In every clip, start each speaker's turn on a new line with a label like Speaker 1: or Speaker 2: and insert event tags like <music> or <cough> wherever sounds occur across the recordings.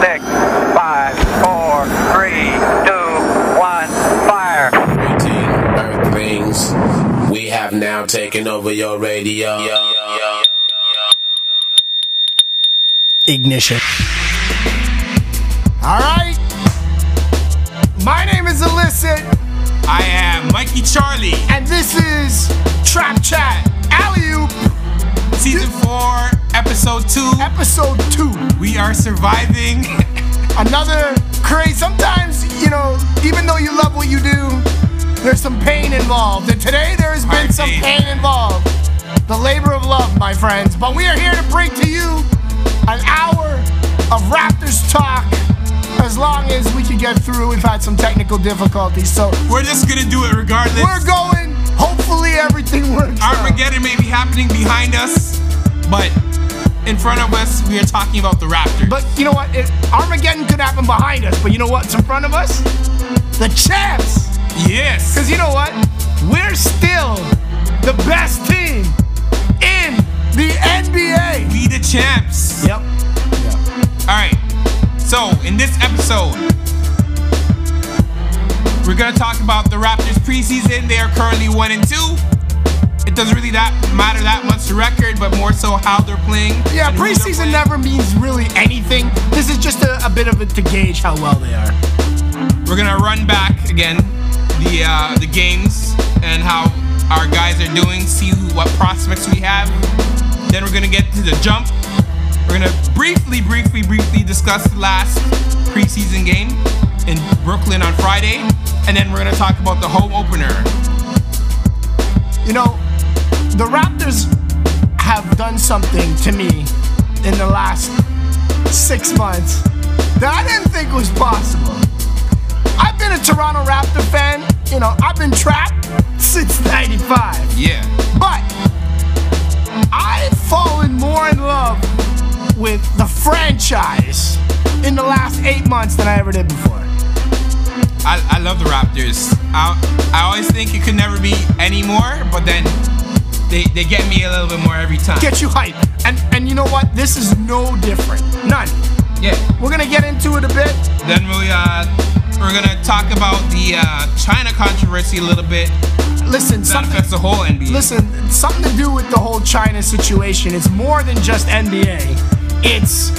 Speaker 1: six, five, four, three, two, one, fire.
Speaker 2: Routine, Earthlings, we have now taken over your radio.
Speaker 3: Ignition.
Speaker 4: All right. My name is Illicit,
Speaker 5: I am Mikey Charlie,
Speaker 4: and this is Trap Chat Alley Oop,
Speaker 5: season four, episode two.
Speaker 4: episode two.
Speaker 5: We are surviving.
Speaker 4: Another crazy. Sometimes, you know, even though you love what you do, there's some pain involved. And today there has been
Speaker 5: Hard
Speaker 4: some
Speaker 5: pain.
Speaker 4: pain involved. The labor of love, my friends. But we are here to bring to you an hour of Raptors talk. As long as we can get through, we've had some technical difficulties. So
Speaker 5: We're just gonna do it regardless.
Speaker 4: we're going. Hopefully everything works. out.
Speaker 5: Armageddon may be happening behind us, but in front of us, we are talking about the Raptors.
Speaker 4: But you know what? It, Armageddon could happen behind us, but you know what's in front of us? The champs!
Speaker 5: yes,
Speaker 4: Because you know what? We're still the best team in the NBA!
Speaker 5: we the champs.
Speaker 4: Yep.
Speaker 5: All right. So in this episode, we're gonna talk about the Raptors preseason. They are currently one and two. It doesn't really that matter that much the record, but more so how they're playing.
Speaker 4: Yeah,
Speaker 5: and who they're
Speaker 4: preseason
Speaker 5: playing.
Speaker 4: never means really anything. This is just a, a bit of it to gauge how well they are.
Speaker 5: We're gonna run back again the uh, the games and how our guys are doing. See who, what prospects we have. Then we're gonna get to the jump. We're gonna briefly, briefly, briefly discuss the last preseason game in Brooklyn on Friday, and then we're gonna talk about the home opener.
Speaker 4: You know, the Raptors have done something to me in the last six months that I didn't think was possible. I've been a Toronto Raptor fan. You know, I've been trapped since 95.
Speaker 5: Yeah,
Speaker 4: But I've fallen more in love with the franchise in the last eight months than I ever did before.
Speaker 5: I, I love the Raptors. I I always think it could never be any more, but then they they get me a little bit more every time.
Speaker 4: Get you hyped. And, and you know what? This is no different. None.
Speaker 5: yeah.
Speaker 4: We're going to get into it a bit.
Speaker 5: Then we uh, we're gonna talk about the uh, China controversy a little bit.
Speaker 4: Listen,
Speaker 5: That
Speaker 4: something.
Speaker 5: affects the whole NBA.
Speaker 4: Listen, something to do with the whole China situation. It's more than just NBA. It's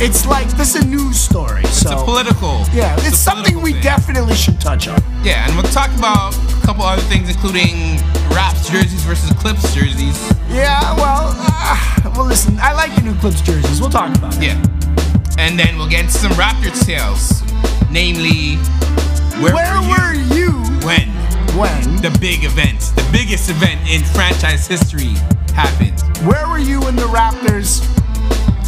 Speaker 4: it's like this is a news story. So
Speaker 5: it's a political.
Speaker 4: yeah, it's,
Speaker 5: a
Speaker 4: something
Speaker 5: political
Speaker 4: we
Speaker 5: thing.
Speaker 4: definitely should touch on.
Speaker 5: Yeah, and we'll talk about a couple other things, including Raps jerseys versus Clips jerseys.
Speaker 4: Yeah, well, uh, well, listen, I like the new Clips jerseys. We'll talk about it.
Speaker 5: Yeah, and then we'll get into some Raptors tales, namely where,
Speaker 4: Where
Speaker 5: were you
Speaker 4: were you
Speaker 5: when
Speaker 4: when?
Speaker 5: the big event, the biggest event in franchise history, happened?
Speaker 4: Where were you when the Raptors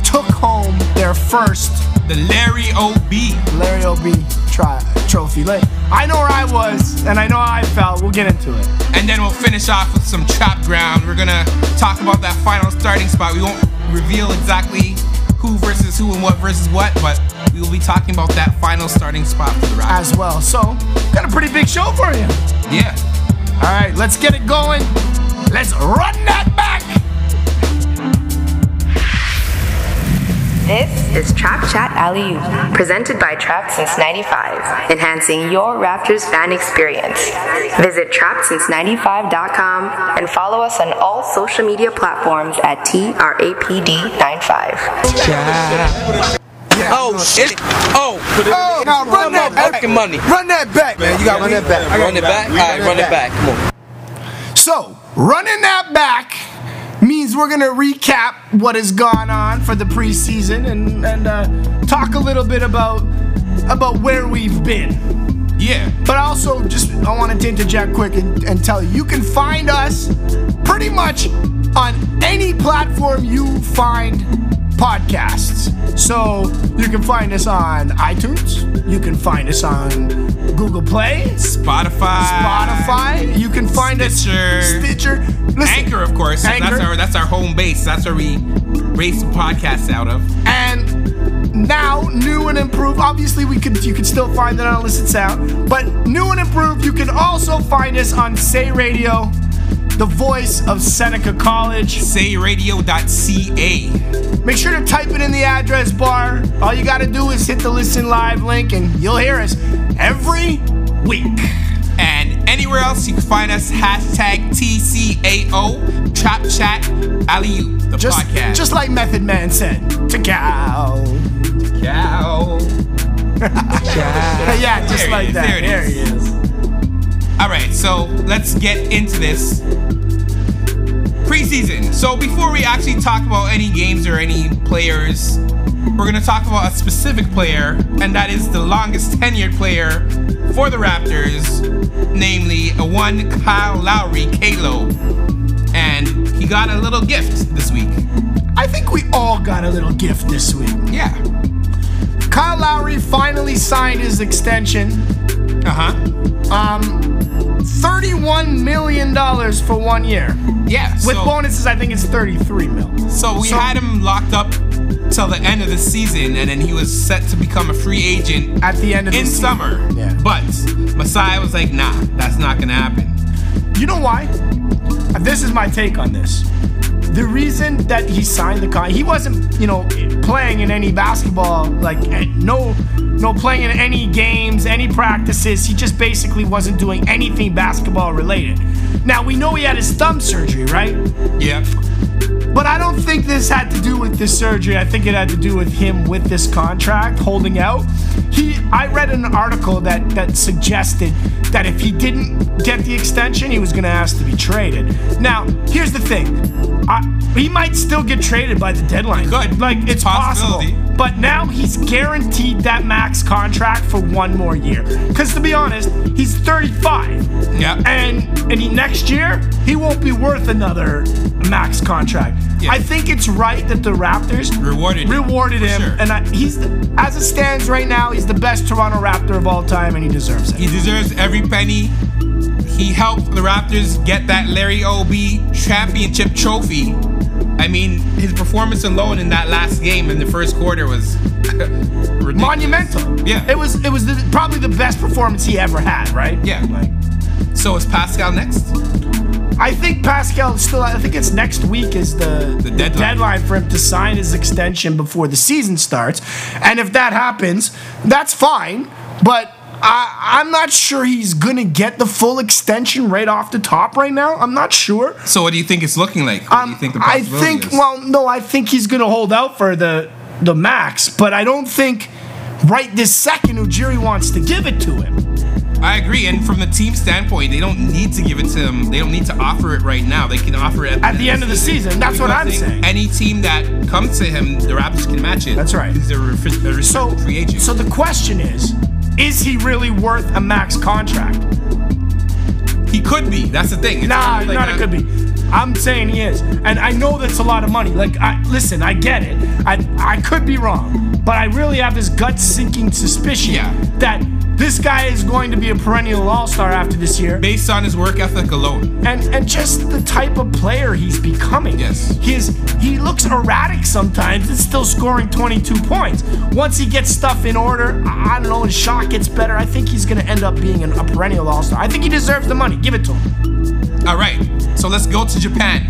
Speaker 4: took home their first
Speaker 5: The Larry O.B.
Speaker 4: Larry O'B tri- trophy? Like, I know where I was, and I know how I felt. We'll get into it.
Speaker 5: And then we'll finish off with some trap ground. We're gonna talk about that final starting spot. We won't reveal exactly who versus who and what versus what, but we will be talking about that final starting spot for the Raptors.
Speaker 4: as well. So, got a pretty big show for you.
Speaker 5: Yeah.
Speaker 4: All right, let's get it going. Let's run that back.
Speaker 6: This is Trap Chat Alley Oop, presented by Trapped Since 95, enhancing your Raptors fan experience. Visit trappedsince95.com and follow us on all social media platforms at TRAPD95.
Speaker 7: Oh shit! Oh,
Speaker 4: Oh, now run
Speaker 7: I'm
Speaker 4: that
Speaker 7: not
Speaker 4: back.
Speaker 7: fucking money.
Speaker 4: Run that back.
Speaker 7: Man, you gotta run it back. Run it back. All right, run it back. Come on.
Speaker 4: So, running that back means we're gonna recap what has gone on for the preseason and and uh, talk a little bit about about where we've been.
Speaker 5: Yeah.
Speaker 4: But also, just I wanted to interject quick and, and tell you, you can find us pretty much on any platform you find podcasts. So you can find us on iTunes, you can find us on Google Play,
Speaker 5: Spotify.
Speaker 4: Spotify, you can find us
Speaker 5: Stitcher.
Speaker 4: Stitcher, Listen,
Speaker 5: Anchor, of course.
Speaker 4: Anchor.
Speaker 5: That's our that's our home base. That's where we raise the podcasts out of.
Speaker 4: and now new and improved. Obviously, we could you can still find it on Listen Sound, but new and improved. You can also find us on Say Radio the voice of Seneca College.
Speaker 5: sayradio.ca.
Speaker 4: Make sure to type it in the address bar. All you gotta do is hit the listen live link and you'll hear us every week.
Speaker 5: And anywhere else you can find us, hashtag TCAO, Trap Chat, Alley Oop, the
Speaker 4: Just,
Speaker 5: podcast.
Speaker 4: just like Method Man said, to cow.
Speaker 5: Ciao.
Speaker 4: <laughs> yeah,
Speaker 5: There
Speaker 4: just
Speaker 5: he
Speaker 4: like
Speaker 5: is,
Speaker 4: that.
Speaker 5: there it
Speaker 4: There
Speaker 5: is.
Speaker 4: he is.
Speaker 5: All right, so let's get into this preseason. So before we actually talk about any games or any players, we're gonna talk about a specific player, and that is the longest tenured player for the Raptors, namely a one Kyle Lowry, Kalo, and he got a little gift this week.
Speaker 4: I think we all got a little gift this week.
Speaker 5: Yeah.
Speaker 4: Kyle Lowry finally signed his extension.
Speaker 5: Uh huh.
Speaker 4: Um, $31 million for one year.
Speaker 5: Yeah.
Speaker 4: With
Speaker 5: so-
Speaker 4: bonuses, I think it's 33 mil.
Speaker 5: So we
Speaker 4: So-
Speaker 5: had him locked up till the end of the season, and then he was set to become a free agent
Speaker 4: At the end of the
Speaker 5: in
Speaker 4: season.
Speaker 5: summer.
Speaker 4: Yeah.
Speaker 5: But Messiah was like, nah, that's not gonna happen.
Speaker 4: You know why? This is my take on this. The reason that he signed the contract, he wasn't, you know, playing in any basketball, like eh, no, no playing in any games, any practices. He just basically wasn't doing anything basketball related. Now we know he had his thumb surgery, right?
Speaker 5: Yeah.
Speaker 4: But I don't think this had to do with this surgery. I think it had to do with him with this contract holding out. He I read an article that that suggested that if he didn't get the extension, he was going to ask to be traded. Now, here's the thing. I, he might still get traded by the deadline.
Speaker 5: Good.
Speaker 4: Like it's possible.
Speaker 5: Possibility.
Speaker 4: But now he's guaranteed that max contract for one more year. Cuz to be honest, he's 35
Speaker 5: Yeah.
Speaker 4: and and he, next year he won't be worth another max contract.
Speaker 5: Yeah.
Speaker 4: I think it's right that the Raptors
Speaker 5: Rewarded him,
Speaker 4: rewarded
Speaker 5: for
Speaker 4: him,
Speaker 5: sure.
Speaker 4: and I, he's the, as it stands right now, he's the best Toronto Raptor of all time, and he deserves it.
Speaker 5: he deserves every penny. He helped the Raptors get that Larry OB championship trophy. I mean, his performance alone in that last game in the first quarter was <laughs> ridiculous.
Speaker 4: Monumental.
Speaker 5: Yeah.
Speaker 4: it was it was the, probably the best performance he ever had. Right.
Speaker 5: Yeah.
Speaker 4: Like,
Speaker 5: So is Pascal next?
Speaker 4: I think Pascal still. I think it's next week is the,
Speaker 5: The deadline.
Speaker 4: for him to sign his extension before the season starts, and if that happens, that's fine. But I, I'm not sure he's gonna get the full extension right off the top right now. I'm not sure.
Speaker 5: So what do you think it's looking like? What do you
Speaker 4: Um,
Speaker 5: think the
Speaker 4: I
Speaker 5: possibility
Speaker 4: think.
Speaker 5: is?
Speaker 4: Well, no, I think he's gonna hold out for the the max, but I don't think right this second Ujiri wants to give it to him.
Speaker 5: I agree, and from the team standpoint, they don't need to give it to him. They don't need to offer it right now. They can offer it
Speaker 4: At the end of the season, that's what
Speaker 5: Because
Speaker 4: I'm
Speaker 5: they-
Speaker 4: saying.
Speaker 5: Any team that comes to him, the Raptors can match it.
Speaker 4: That's right.
Speaker 5: He's a, ref- a restricted
Speaker 4: So,
Speaker 5: free agent.
Speaker 4: so the question is, is he really worth a max contract?
Speaker 5: he could be. That's the thing. It's
Speaker 4: Nah,
Speaker 5: kind of like
Speaker 4: not
Speaker 5: a-
Speaker 4: it could be. I'm saying he is, and I know that's a lot of money. Like, I listen, I get it. I I could be wrong, but I really have this gut sinking suspicion
Speaker 5: Yeah.
Speaker 4: that this guy is going to be a perennial All Star after this year,
Speaker 5: Based on his work ethic alone,
Speaker 4: and and just the type of player he's becoming.
Speaker 5: Yes.
Speaker 4: his he looks erratic sometimes. and still scoring 22 points. Once he gets stuff in order, I I don't know, his shot gets better. I think he's going to end up being an, a perennial All Star. I think he deserves the money. Give it to him.
Speaker 5: All right, so let's go to Japan.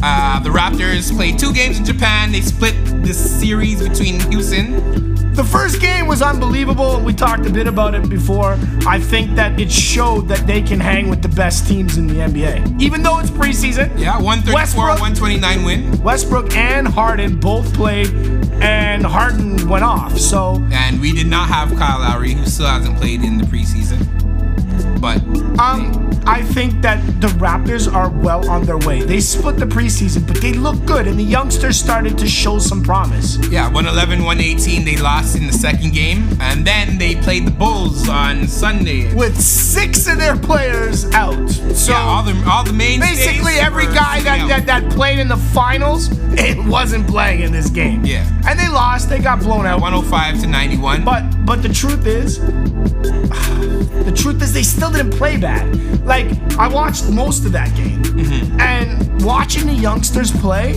Speaker 5: Uh, the Raptors played two games in Japan. They split this series between Houston.
Speaker 4: The first game was unbelievable. We talked a bit about it before. I think that it showed that they can hang with the best teams in the NBA. Even though it's preseason,
Speaker 5: Yeah, 134,
Speaker 4: Westbrook-
Speaker 5: 129 win.
Speaker 4: Westbrook and Harden both played, and Harden went off. So,
Speaker 5: And we did not have Kyle Lowry, who still hasn't played in the preseason. But
Speaker 4: um, I think that the Raptors are well on their way. They split the preseason, but they look good, and the youngsters started to show some promise.
Speaker 5: Yeah, 111, 118. They lost in the second game. And then they played the Bulls on Sunday.
Speaker 4: With six of their players out. So,
Speaker 5: yeah, all the, all the main
Speaker 4: Basically,
Speaker 5: stays
Speaker 4: every
Speaker 5: were
Speaker 4: guy that,
Speaker 5: out.
Speaker 4: that, that played in the finals, it wasn't playing in this game.
Speaker 5: Yeah.
Speaker 4: And they lost. They got blown out.
Speaker 5: 105 to 91.
Speaker 4: But but the truth is, <sighs> the truth is they still didn't play bad. Like I watched most of that game,
Speaker 5: Mm-hmm.
Speaker 4: and watching the youngsters play,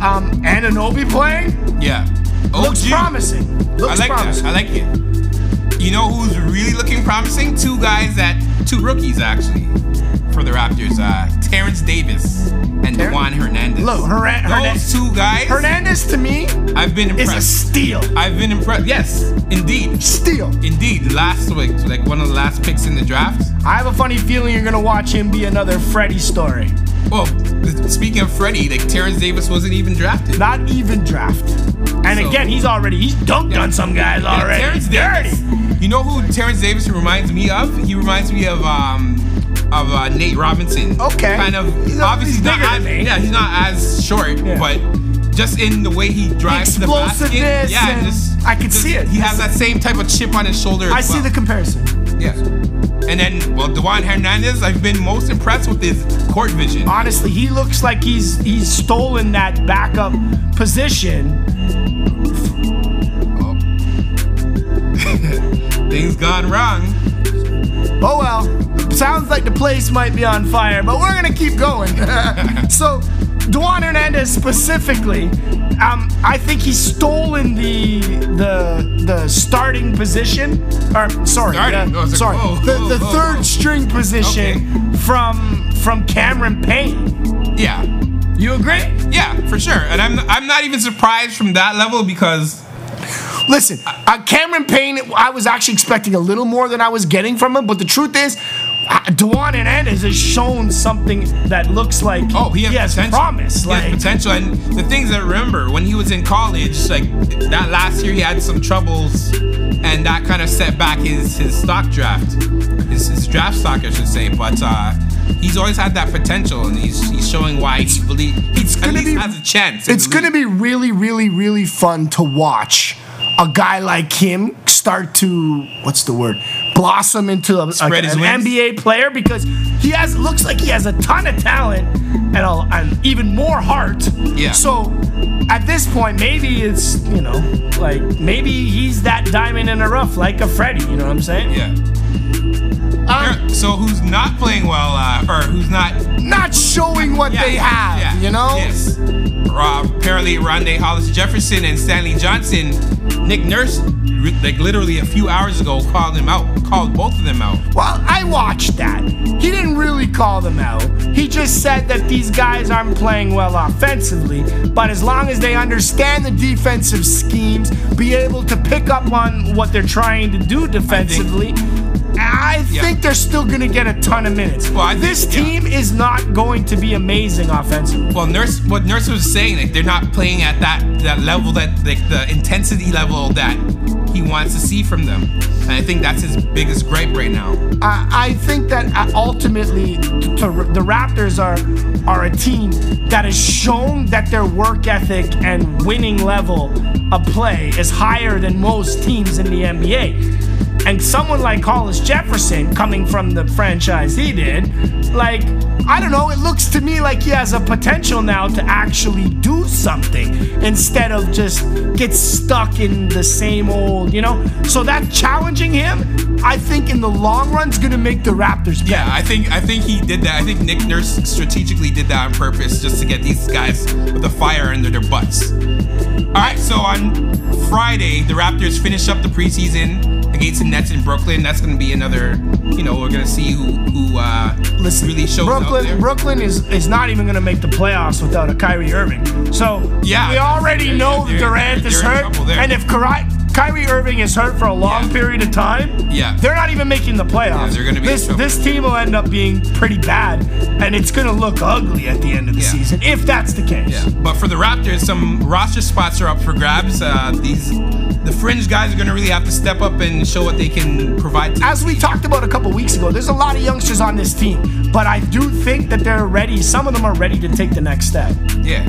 Speaker 4: um, Ananobi playing
Speaker 5: yeah.
Speaker 4: looks
Speaker 5: OG.
Speaker 4: promising.
Speaker 5: I
Speaker 4: Looks
Speaker 5: like
Speaker 4: promising.
Speaker 5: that. I like it. You know who's really looking promising? Two guys that, two rookies actually. for the Raptors, uh, Terrence Davis and
Speaker 4: Ter-
Speaker 5: Juan Hernandez.
Speaker 4: Look, Hernan-
Speaker 5: Those
Speaker 4: Hernan-
Speaker 5: two guys,
Speaker 4: Hernandez to me
Speaker 5: I've been
Speaker 4: is a
Speaker 5: impressed.
Speaker 4: steal.
Speaker 5: I've been impressed. Yes, indeed.
Speaker 4: Steal.
Speaker 5: Indeed, last week, like one of the last picks in the draft.
Speaker 4: I have a funny feeling you're gonna watch him be another Freddy story.
Speaker 5: Well, th- speaking of Freddie, like Terrence Davis wasn't even drafted.
Speaker 4: Not even draft. And
Speaker 5: So-
Speaker 4: again, he's already he's dunked
Speaker 5: Yeah.
Speaker 4: on some guys
Speaker 5: Yeah,
Speaker 4: already.
Speaker 5: Terrence Davis. You know who Terrence Davis reminds me of? He reminds me of um of uh, Nate Robinson.
Speaker 4: Okay.
Speaker 5: Kind of
Speaker 4: He's a-
Speaker 5: obviously
Speaker 4: he's
Speaker 5: not
Speaker 4: bigger
Speaker 5: as,
Speaker 4: than me.
Speaker 5: yeah he's not as short,
Speaker 4: Yeah.
Speaker 5: but just in the way he drives to the basket.
Speaker 4: Explosiveness
Speaker 5: Yeah,
Speaker 4: and-
Speaker 5: just
Speaker 4: I could
Speaker 5: just-
Speaker 4: see it.
Speaker 5: He has that same type of chip on his shoulder.
Speaker 4: I
Speaker 5: as
Speaker 4: see
Speaker 5: well.
Speaker 4: the comparison.
Speaker 5: yeah. And then well, Dewan Hernandez, I've been most impressed with his court vision.
Speaker 4: Honestly, he looks like he's he's stolen that backup position. Oh.
Speaker 5: <laughs> Things gone wrong.
Speaker 4: Oh well, sounds like the place might be on fire, but we're gonna keep going. <laughs> so, Duan Hernandez specifically, um, I think he's stolen the the the starting position, or sorry,
Speaker 5: Starting?
Speaker 4: the-
Speaker 5: Oh, it's like,
Speaker 4: sorry,
Speaker 5: whoa,
Speaker 4: the,
Speaker 5: whoa,
Speaker 4: the
Speaker 5: whoa,
Speaker 4: third
Speaker 5: whoa.
Speaker 4: string position from from Cameron Payne.
Speaker 5: Yeah.
Speaker 4: You agree?
Speaker 5: Yeah, for sure. And I'm I'm not even surprised from that level because
Speaker 4: Listen, uh, Cameron Payne, I was actually expecting a little more than I was getting from him, but the truth is, uh, Dewan Hernandez has shown something that looks like
Speaker 5: Oh, he has, potential.
Speaker 4: promise.
Speaker 5: He
Speaker 4: Like,
Speaker 5: has potential, and the things I remember when he was in college, like that last year, he had some troubles, and that kind of set back his his stock draft, his, his draft stock, I should say. But uh, he's always had that potential, and he's he's showing why he believes he's at
Speaker 4: gonna
Speaker 5: least
Speaker 4: be-
Speaker 5: has a chance.
Speaker 4: It's going to be really, really, really fun to watch a guy like him start to what's the word blossom into a, a-
Speaker 5: Spread his
Speaker 4: an
Speaker 5: wings.
Speaker 4: NBA player because he has looks like he has a ton of talent and, a, and even more heart.
Speaker 5: Yeah.
Speaker 4: So at this point, maybe it's you know like maybe he's that diamond in the rough like a Freddie. You know what I'm saying?
Speaker 5: yeah.
Speaker 4: Um,
Speaker 5: So who's not playing well, uh, or who's not
Speaker 4: not showing what
Speaker 5: Yeah,
Speaker 4: they have.
Speaker 5: yeah,
Speaker 4: You know.
Speaker 5: Yes. Uh, apparently, Rondé Hollis Jefferson and Stanley Johnson, Nick Nurse, re- like literally a few hours ago, called him out, called both of them out.
Speaker 4: Well, I watched that. He didn't really call them out. He just said that these guys aren't playing well offensively, but as long as they understand the defensive schemes, be able to pick up on what they're trying to do defensively, I think,
Speaker 5: Yeah.
Speaker 4: they're still going to get a ton of minutes.
Speaker 5: Well, I think-
Speaker 4: this
Speaker 5: yeah.
Speaker 4: team is not going to be amazing offensively.
Speaker 5: Well, Nurse, what Nurse was saying, like they're not playing at that that level, that like the intensity level that he wants to see from them, and I think that's his biggest gripe right now.
Speaker 4: I, I think that uh, ultimately, t- to, the Raptors are are a team that has shown that their work ethic and winning level of play is higher than most teams in the NBA. And someone like Hollis Jefferson, coming from the franchise he did, like I don't know, it looks to me like he has a potential now to actually do something instead of just get stuck in the same old, you know. So that challenging him, I think in the long run is gonna make the Raptors better.
Speaker 5: Yeah, I think I think he did that. I think Nick Nurse strategically did that on purpose just to get these guys with the fire under their butts. All right, so on Friday, the Raptors finish up the preseason against the Nets in Brooklyn. That's going to be another, you know, we're going to see who who uh,
Speaker 4: Listen,
Speaker 5: really shows up there.
Speaker 4: Brooklyn, Brooklyn is, is not even going to make the playoffs without a Kyrie Irving. So
Speaker 5: Yeah,
Speaker 4: we already
Speaker 5: they're-
Speaker 4: know
Speaker 5: they're-
Speaker 4: Durant
Speaker 5: they're
Speaker 4: is
Speaker 5: in
Speaker 4: hurt,
Speaker 5: trouble there.
Speaker 4: and if Kyrie, Kyrie Irving is hurt for a long
Speaker 5: Yeah.
Speaker 4: period of time,
Speaker 5: Yeah.
Speaker 4: they're not even making the
Speaker 5: Yeah,
Speaker 4: playoffs.
Speaker 5: they're gonna be in
Speaker 4: this
Speaker 5: trouble.
Speaker 4: this team will end up being pretty bad, and it's going to look ugly at the end of the
Speaker 5: Yeah.
Speaker 4: season if that's the case.
Speaker 5: Yeah, but for the Raptors, some roster spots are up for grabs. Uh, these the fringe guys are going to really have to step up and show what they can provide. To
Speaker 4: as we talked about a couple weeks ago, there's a lot of youngsters on this team, but I do think that they're ready. Some of them are ready to take the next step.
Speaker 5: Yeah.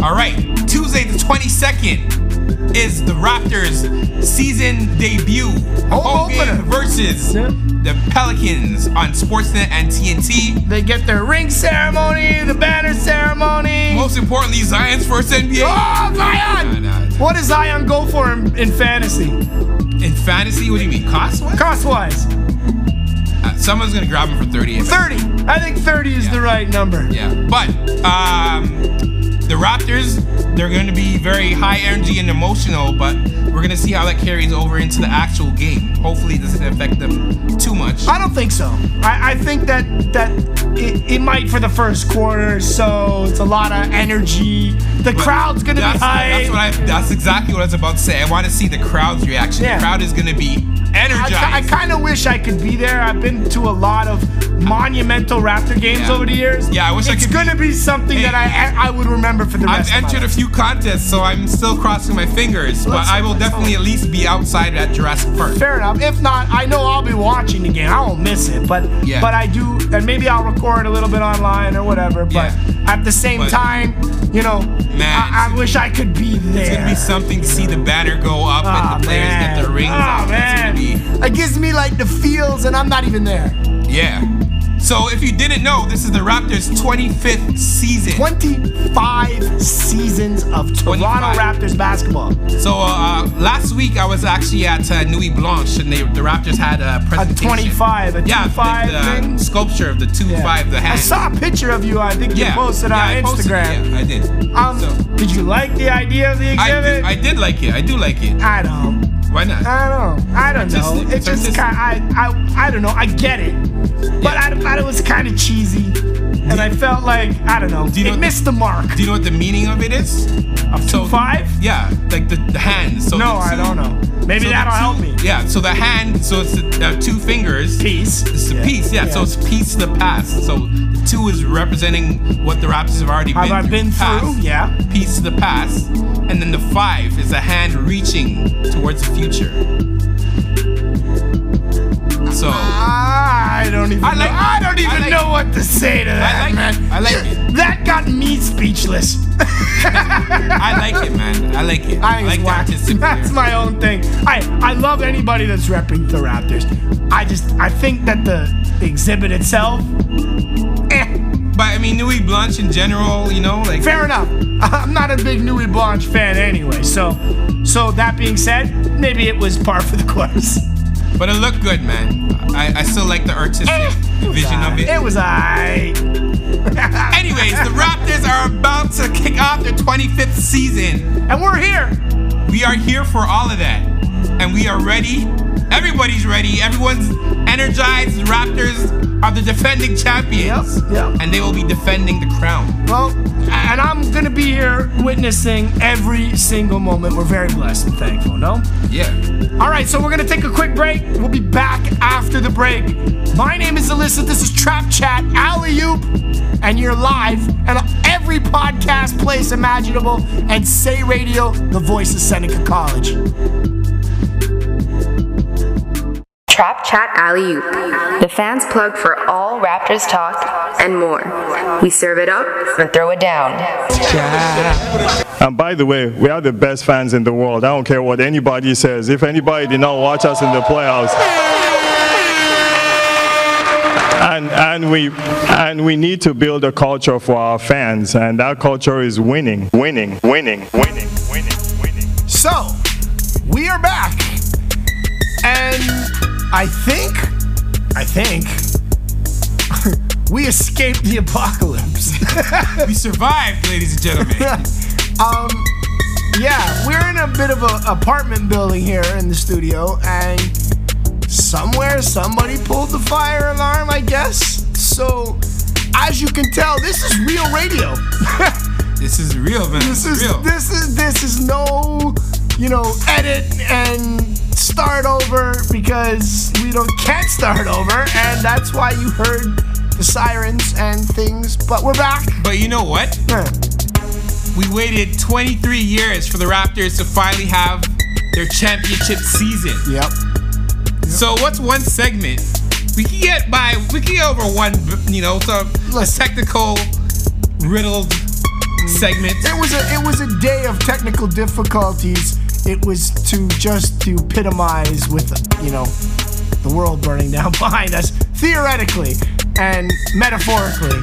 Speaker 5: All right. Tuesday the 22nd is the Raptors season debut. Home game
Speaker 4: opener.
Speaker 5: versus
Speaker 4: Yeah.
Speaker 5: the Pelicans on Sportsnet and TNT.
Speaker 4: They get their ring ceremony, the banner ceremony.
Speaker 5: Most importantly, Zion's first NBA.
Speaker 4: Oh,
Speaker 5: Nah,
Speaker 4: Zion!
Speaker 5: nah, nah.
Speaker 4: What does Zion go for in, in fantasy?
Speaker 5: In fantasy, what do you mean? Cost what?
Speaker 4: Cost wise,
Speaker 5: Uh, someone's gonna grab him for 30.
Speaker 4: 30. I think 30 is
Speaker 5: Yeah.
Speaker 4: the right number.
Speaker 5: Yeah. But um the Raptors, they're going to be very high energy and emotional, but we're going to see how that carries over into the actual game. Hopefully, it doesn't affect them too much.
Speaker 4: I don't think so. I, I think that that it, it might for the first quarter, so it's a lot of energy. The
Speaker 5: But
Speaker 4: crowd's gonna be
Speaker 5: that's,
Speaker 4: high.
Speaker 5: That's, what I, that's exactly what I was about to say. I want to see the crowd's reaction.
Speaker 4: Yeah.
Speaker 5: The crowd is going to be energized.
Speaker 4: I, kind of wish I could be there. I've been to a lot of monumental Raptor games
Speaker 5: Yeah.
Speaker 4: over the years.
Speaker 5: Yeah, I wish I
Speaker 4: it's
Speaker 5: could
Speaker 4: gonna be something
Speaker 5: Hey.
Speaker 4: that I I would remember for the
Speaker 5: I've
Speaker 4: rest. of my
Speaker 5: entered a
Speaker 4: life.
Speaker 5: few contests, so I'm still crossing my fingers, but
Speaker 4: Let's-
Speaker 5: I will
Speaker 4: let's
Speaker 5: definitely at least be outside at Jurassic Park.
Speaker 4: Fair enough. If not, I know I'll be watching the game. I won't miss it, but
Speaker 5: Yeah.
Speaker 4: but I do, and maybe I'll record a little bit online or whatever. But
Speaker 5: Yeah.
Speaker 4: at the same
Speaker 5: But-
Speaker 4: time, you know,
Speaker 5: Man,
Speaker 4: I, I
Speaker 5: it's-
Speaker 4: wish I could be there.
Speaker 5: It's gonna be something to see the banner go up and the players get their rings
Speaker 4: Oh,
Speaker 5: out.
Speaker 4: man.
Speaker 5: It's gonna
Speaker 4: It gives me like the feels, and I'm not even there.
Speaker 5: be yeah. So if you didn't know, this is the Raptors' 25th season.
Speaker 4: 25 seasons of Toronto
Speaker 5: 25.
Speaker 4: Raptors basketball.
Speaker 5: So uh, uh, last week I was actually at uh, Nuit Blanche and they, the Raptors had a presentation.
Speaker 4: 25, a
Speaker 5: yeah,
Speaker 4: 25
Speaker 5: the, the
Speaker 4: thing?
Speaker 5: sculpture of the two
Speaker 4: Yeah.
Speaker 5: five, the hand.
Speaker 4: I saw a picture of you. I think you
Speaker 5: yeah,
Speaker 4: posted
Speaker 5: yeah,
Speaker 4: on
Speaker 5: I posted it,
Speaker 4: Instagram.
Speaker 5: yeah, I did.
Speaker 4: Um,
Speaker 5: so,
Speaker 4: did you like the idea of the
Speaker 5: I
Speaker 4: exhibit?
Speaker 5: did, I did like it. I do like it.
Speaker 4: I don't.
Speaker 5: Why not?
Speaker 4: I don't. I don't know.
Speaker 5: Artistic.
Speaker 4: It just
Speaker 5: Artistic.
Speaker 4: kind. I, I I don't know. I get it, but
Speaker 5: Yeah.
Speaker 4: I thought it was kind of cheesy, and I felt like I don't know.
Speaker 5: you know
Speaker 4: it
Speaker 5: what-
Speaker 4: missed the mark.
Speaker 5: do you know what the meaning of it is?
Speaker 4: Of
Speaker 5: so-
Speaker 4: two five?
Speaker 5: Yeah, like the, the hand. So
Speaker 4: No,
Speaker 5: the
Speaker 4: I
Speaker 5: two-
Speaker 4: don't know. Maybe
Speaker 5: so the
Speaker 4: that'll help
Speaker 5: two-
Speaker 4: me.
Speaker 5: Yeah, so the hand, so it's the, uh, two fingers.
Speaker 4: Peace.
Speaker 5: It's the piece, yeah, So it's piece of the past. So the two is representing what the Raptors have already
Speaker 4: Have
Speaker 5: been
Speaker 4: I
Speaker 5: through.
Speaker 4: been
Speaker 5: past,
Speaker 4: through? Yeah.
Speaker 5: Piece of the past, and then the five is a hand reaching towards the future. So
Speaker 4: I don't even.
Speaker 5: I like-
Speaker 4: know. I don't even
Speaker 5: I like-
Speaker 4: know what to say to that,
Speaker 5: like it.
Speaker 4: man.
Speaker 5: I like it.
Speaker 4: That got me speechless.
Speaker 5: I like it, man. I like it.
Speaker 4: I think
Speaker 5: like
Speaker 4: it's
Speaker 5: the
Speaker 4: whack.
Speaker 5: artistic
Speaker 4: That's
Speaker 5: flair.
Speaker 4: my own thing. I I love anybody that's repping the Raptors. I just I think that the, the exhibit itself, eh,
Speaker 5: But I mean, Nui Blanche in general, you know, like
Speaker 4: fair enough. <laughs> I'm not a big Nui Blanche fan anyway, so so that being said, maybe it was par for the course. <laughs>
Speaker 5: But it looked good, man. I, I still like the artistic
Speaker 4: Eh.
Speaker 5: vision of Eh, it.
Speaker 4: It was <laughs> I.
Speaker 5: Anyways, the Raptors are about to kick off their 25th season.
Speaker 4: And we're here.
Speaker 5: We are here for all of that. And we are ready. Everybody's ready. Everyone's energized. The Raptors are the defending champions.
Speaker 4: Yep, yep.
Speaker 5: And they will be defending the crown.
Speaker 4: Well, and I'm gonna be here witnessing every single moment. We're very blessed and thankful, no?
Speaker 5: Yeah.
Speaker 4: All right, so we're gonna take a quick break. We'll be back after the break. My name is Alyssa. This is Trap Chat Alley Oop, and you're live and every podcast place imaginable. And Say Radio, the voice of Seneca College.
Speaker 6: Trap Chat Alley Oop, the fans plug for all Raptors talk and more. We serve it up and throw it down.
Speaker 3: And by the way, we are the best fans in the world. I don't care what anybody says. If anybody did not watch us in the playoffs, and, and we and we need to build a culture for our fans, and that culture is winning, winning, winning, winning, winning, winning.
Speaker 4: So, we are back. And I think, I think, <laughs> we escaped the apocalypse. <laughs>
Speaker 5: We survived, ladies and gentlemen.
Speaker 4: um, yeah, we're in a bit of an apartment building here in the studio, and somewhere somebody pulled the fire alarm, I guess. So, as you can tell, this is real radio. <laughs>
Speaker 5: this is real, man.
Speaker 4: this is
Speaker 5: real.
Speaker 4: this is this is no, you know, edit and start over because we don't can't start over, and that's why you heard the sirens and things. But we're back. <laughs>
Speaker 5: But you know what?
Speaker 4: Yeah.
Speaker 5: We waited 23 years for the Raptors to finally have their championship season.
Speaker 4: Yep.
Speaker 5: So what's one segment? We can get by. We can get over one. You know, some a
Speaker 4: Listen.
Speaker 5: technical riddled segment.
Speaker 4: It was a it was a day of technical difficulties. It was to just to epitomize with you know the world burning down <laughs> behind us theoretically and metaphorically,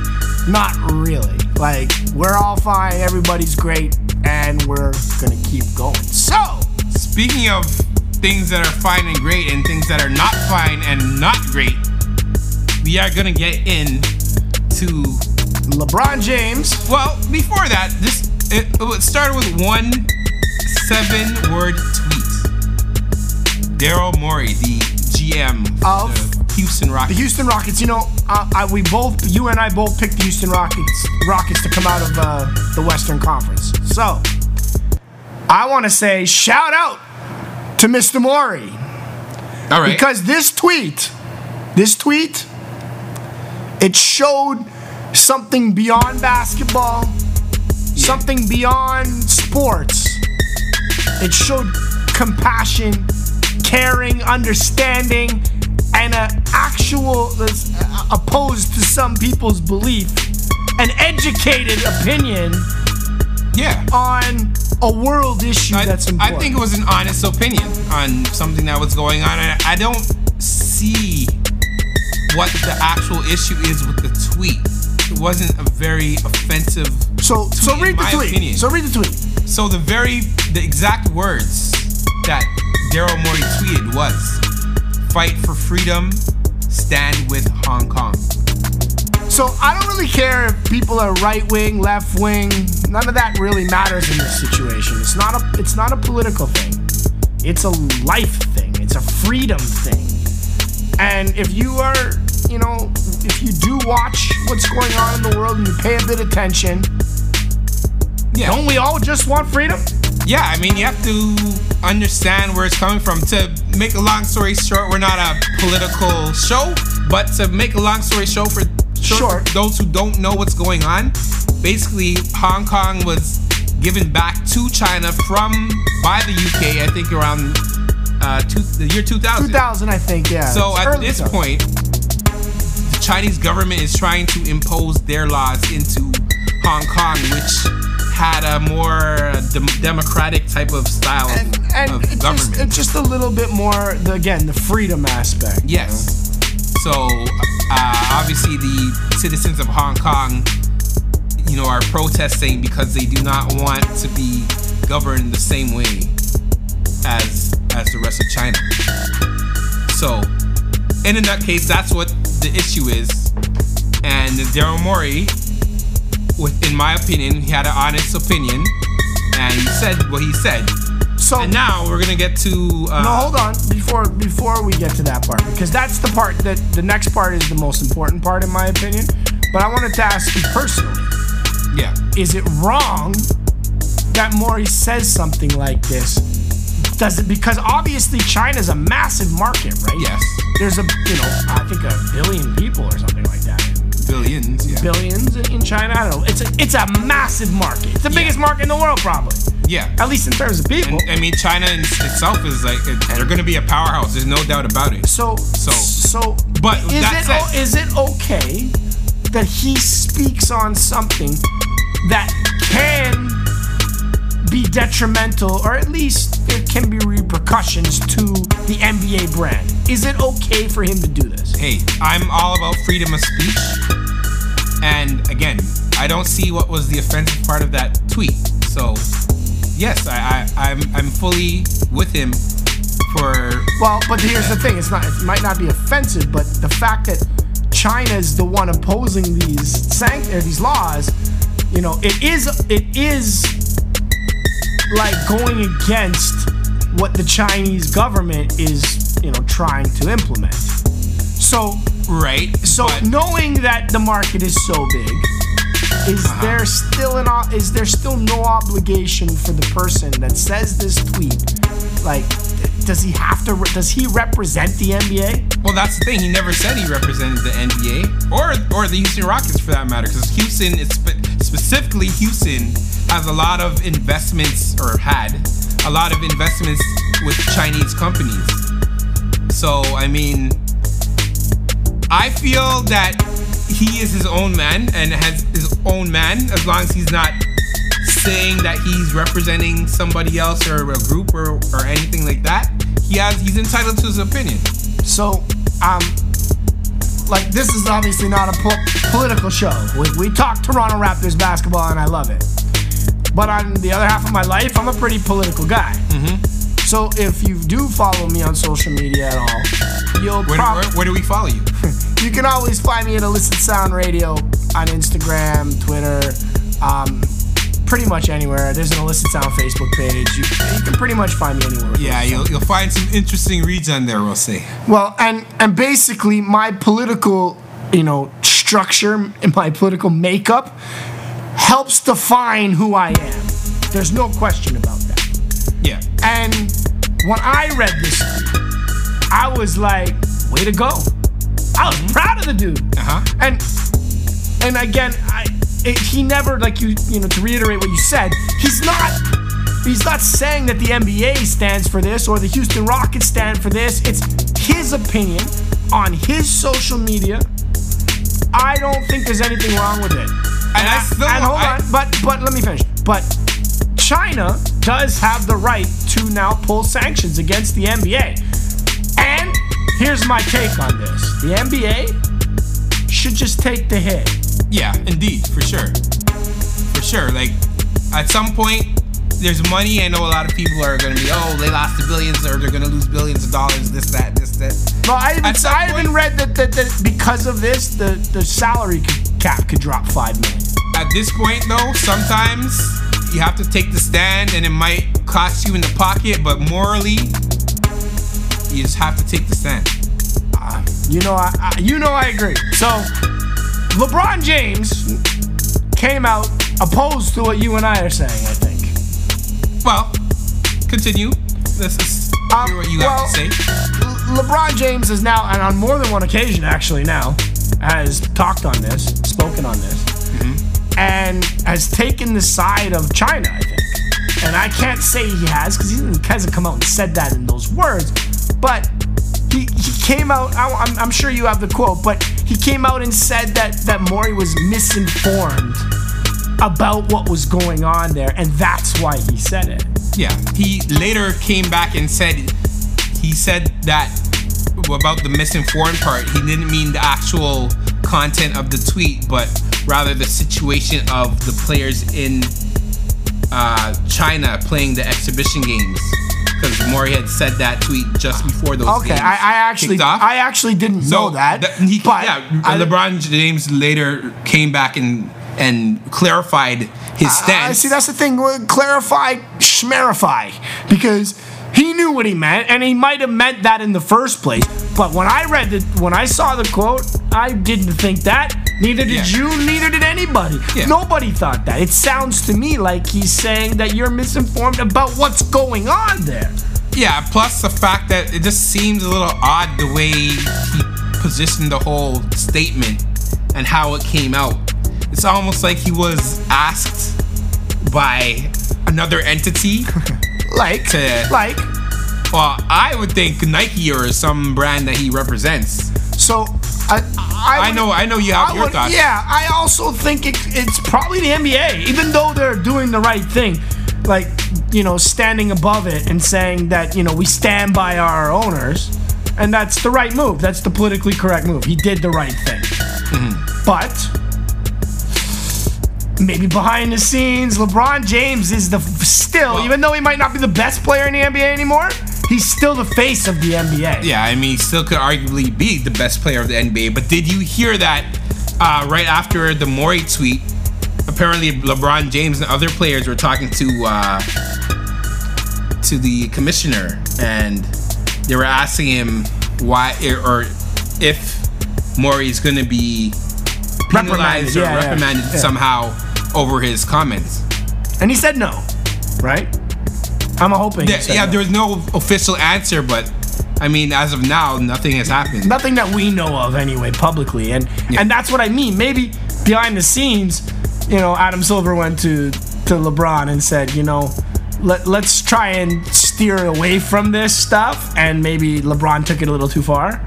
Speaker 4: not really. Like we're all fine, everybody's great, and we're gonna keep going. So
Speaker 5: Speaking of things that are fine and great, and things that are not fine and not great, we are gonna get in to.
Speaker 4: LeBron James,
Speaker 5: Well, before that, this it, it started with one seven word tweet. Daryl Morey, the GM
Speaker 4: Of?
Speaker 5: the Houston
Speaker 4: The
Speaker 5: Rockets.
Speaker 4: Houston Rockets, you know, uh, I, we both, you and I both picked the Houston Rockets, Rockets to come out of uh, the Western Conference. So, I want to say shout out to Mr. Morey
Speaker 5: All right.
Speaker 4: because this tweet, this tweet, it showed something beyond basketball, something beyond sports. It showed compassion, caring, understanding, and an actual this- opposed to some people's belief, an educated opinion
Speaker 5: yeah.
Speaker 4: on a world issue
Speaker 5: I,
Speaker 4: that's
Speaker 5: I
Speaker 4: important.
Speaker 5: think it was an honest opinion on something that was going on. And I don't see what the actual issue is with the tweet. It wasn't a very offensive.
Speaker 4: so.
Speaker 5: tweet,
Speaker 4: So
Speaker 5: in
Speaker 4: read the
Speaker 5: my
Speaker 4: tweet.
Speaker 5: opinion.
Speaker 4: So read the tweet.
Speaker 5: So the very, the exact words that Daryl Morey tweeted was, "Fight for freedom, stand with Hong Kong."
Speaker 4: So I don't really care if people are right wing, left wing. None of that really matters in this situation. It's not a it's not a political thing. It's a life thing. It's a freedom thing. And if you are, you know, if you do watch what's going on in the world and you pay a bit of attention,
Speaker 5: Yeah.
Speaker 4: don't we all just want freedom?
Speaker 5: Yeah, I mean, you have to understand where it's coming from. To make a long story short, we're not a political show, but to make a long story short for short,
Speaker 4: Short.
Speaker 5: for those who don't know what's going on, basically Hong Kong was given back to China from by the UK, I think around uh, two, the year 2000.
Speaker 4: 2000, I think, yeah.
Speaker 5: So
Speaker 4: It's
Speaker 5: at
Speaker 4: early
Speaker 5: this
Speaker 4: 2000.
Speaker 5: point, the Chinese government is trying to impose their laws into Hong Kong, which had a more uh, dem- democratic type of style of-
Speaker 4: and, and
Speaker 5: of
Speaker 4: it's,
Speaker 5: government.
Speaker 4: just, it's just a little bit more, the, again, the freedom aspect.
Speaker 5: yes. So uh, obviously, the citizens of Hong Kong, you know, are protesting because they do not want to be governed the same way as as the rest of China. So, and in that case, that's what the issue is. And Daryl Morey, with, in my opinion, he had an honest opinion, and he said what he said.
Speaker 4: So
Speaker 5: And now we're gonna get to uh,
Speaker 4: No, hold on. Before before we get to that part, because that's the part that the next part is the most important part in my opinion. But I wanted to ask you personally:
Speaker 5: yeah.
Speaker 4: Is it wrong that Maury says something like this? Does it because obviously China's a massive market, right?
Speaker 5: Yes.
Speaker 4: There's a you know I think a billion people or something like that.
Speaker 5: Billions, yeah.
Speaker 4: Billions in in China. I don't know. It's a it's a massive market. It's the biggest market in the world, probably.
Speaker 5: yeah.
Speaker 4: At least in terms of people.
Speaker 5: And, I mean, China in itself is like it- they're gonna be a powerhouse. There's no doubt about it.
Speaker 4: So
Speaker 5: So-
Speaker 4: so
Speaker 5: But
Speaker 4: is
Speaker 5: that's
Speaker 4: it, o-
Speaker 5: it.
Speaker 4: is it okay that he speaks on something that can be detrimental or at least there can be repercussions to the NBA brand? Is it okay for him to do this?
Speaker 5: hey, I'm all about freedom of speech. And again, I don't see what was the offensive part of that tweet. So, yes, I, I I'm I'm fully with him for
Speaker 4: Well, but here's the thing, it's not it might not be offensive, but the fact that China is the one opposing these sanct- or these laws, you know, it is it is like going against what the Chinese government is, you know, trying to implement. So,
Speaker 5: right.
Speaker 4: so
Speaker 5: but-
Speaker 4: knowing that the market is so big, is there still an o- is there still no obligation for the person that says this tweet? Like, th- does he have to? Re- does he represent the NBA?
Speaker 5: Well, that's the thing. He never said he represented the NBA or or the Houston Rockets for that matter, because Houston, it's spe- specifically Houston, has a lot of investments or had a lot of investments with Chinese companies. So I mean, I feel that he is his own man and has his own man as long as he's not saying that he's representing somebody else or a group or, or anything like that. He has he's entitled to his opinion.
Speaker 4: So, um, like this is obviously not a po- political show. We, we talk Toronto Raptors basketball, and I love it. But on the other half of my life, I'm a pretty political guy. So if you do follow me on social media at all, you'll
Speaker 5: Where,
Speaker 4: probably.
Speaker 5: where, where do we follow you?
Speaker 4: You can always find me at Illicit Sound Radio on Instagram, Twitter, um, pretty much anywhere. There's an Illicit Sound Facebook page. You, you can pretty much find me anywhere.
Speaker 5: <laughs>
Speaker 4: with
Speaker 5: Yeah,
Speaker 4: Illicit
Speaker 5: you'll, you'll find some interesting reads on there, we'll see.
Speaker 4: Well, and and basically my political, you know, structure <laughs> and my political makeup helps define who I am. There's no question about that.
Speaker 5: Yeah.
Speaker 4: And when I read this, I was like, way to go. I was proud of the dude.
Speaker 5: Uh-huh.
Speaker 4: And and again, I it, he never like you you know to reiterate what you said. He's not he's not saying that the NBA stands for this or the Houston Rockets stand for this. It's his opinion on his social media. I don't think there's anything wrong with it.
Speaker 5: And I still-
Speaker 4: Ah, and hold
Speaker 5: I-
Speaker 4: on, but but let me finish. But China does have the right to now pull sanctions against the NBA. And here's my take on this: the NBA should just take the hit.
Speaker 5: Yeah, indeed, for sure. For sure. Like, at some point, there's money. I know a lot of people are going to be, oh, they lost the billions or they're going to lose billions of dollars, this, that, this, that.
Speaker 4: Well, I even,
Speaker 5: At some
Speaker 4: I even
Speaker 5: point-
Speaker 4: read that, that, that because of this, the, the salary c- cap could drop five million.
Speaker 5: At this point, though, sometimes you have to take the stand and it might cost you in the pocket, but morally, you just have to take the stand.
Speaker 4: You know, I, I you know I agree. So, LeBron James came out opposed to what you and I are saying. I think.
Speaker 5: Well, continue. This is
Speaker 4: Um,
Speaker 5: hear what you
Speaker 4: well-
Speaker 5: have to say.
Speaker 4: Le- LeBron James is now, and on more than one occasion actually now, has talked on this, spoken on this, and has taken the side of China, I think. And I can't say he has because he didn't- hasn't come out and said that in those words, but he, he came out, I, am I'm sure you have the quote, but he came out and said that, that Maury was misinformed about what was going on there, and that's why he said it.
Speaker 5: Yeah, he later came back and said he said that about the misinformed part. He didn't mean the actual content of the tweet, but rather the situation of the players in uh, China playing the exhibition games. Because Maury had said that tweet just before those
Speaker 4: Okay,
Speaker 5: games
Speaker 4: I, I actually
Speaker 5: kicked off.
Speaker 4: I actually didn't know that.
Speaker 5: th- he-
Speaker 4: but
Speaker 5: yeah,
Speaker 4: I-
Speaker 5: LeBron James later came back and and clarified his stance.
Speaker 4: I see that's the thing. well, Clarify, schmerify, because he knew what he meant, and he might have meant that in the first place. But when I read the, when I saw the quote, I didn't think that. Neither did
Speaker 5: Yeah.
Speaker 4: you. Neither did anybody.
Speaker 5: Yeah.
Speaker 4: Nobody thought that. It sounds to me like he's saying that you're misinformed about what's going on there.
Speaker 5: Yeah, plus the fact that it just seems a little odd the way he positioned the whole statement and how it came out. It's almost like he was asked by another entity.
Speaker 4: Like,
Speaker 5: To-
Speaker 4: like.
Speaker 5: well, I would think Nike or some brand that he represents.
Speaker 4: So I, I,
Speaker 5: I know, I know you have
Speaker 4: I
Speaker 5: your
Speaker 4: would-
Speaker 5: thoughts.
Speaker 4: Yeah, I also think it, it's probably the NBA, even though they're doing the right thing, like you know, standing above it and saying that you know we stand by our owners, and that's the right move. That's the politically correct move. He did the right thing,
Speaker 5: Mm-hmm.
Speaker 4: but maybe behind the scenes, LeBron James is the still, even though he might not be the best player in the NBA anymore, he's still the face of the NBA.
Speaker 5: Yeah, I mean, he still could arguably be the best player of the NBA. But did you hear that uh, right after the Maury tweet? Apparently, LeBron James and other players were talking to uh, to the commissioner, and they were asking him why er, or if Maury is going to be
Speaker 4: Reprimanded,
Speaker 5: penalized or
Speaker 4: yeah, yeah,
Speaker 5: reprimanded
Speaker 4: yeah.
Speaker 5: somehow over his comments.
Speaker 4: And he said no, right? I'm hoping. he
Speaker 5: There-
Speaker 4: said
Speaker 5: yeah,
Speaker 4: no.
Speaker 5: there was no official answer, but I mean, as of now, nothing has happened.
Speaker 4: nothing that we know of anyway publicly, and and that's what I mean. Maybe behind the scenes, you know, Adam Silver went to to LeBron and said, you know, let let's try and steer away from this stuff, and maybe LeBron took it a little too far,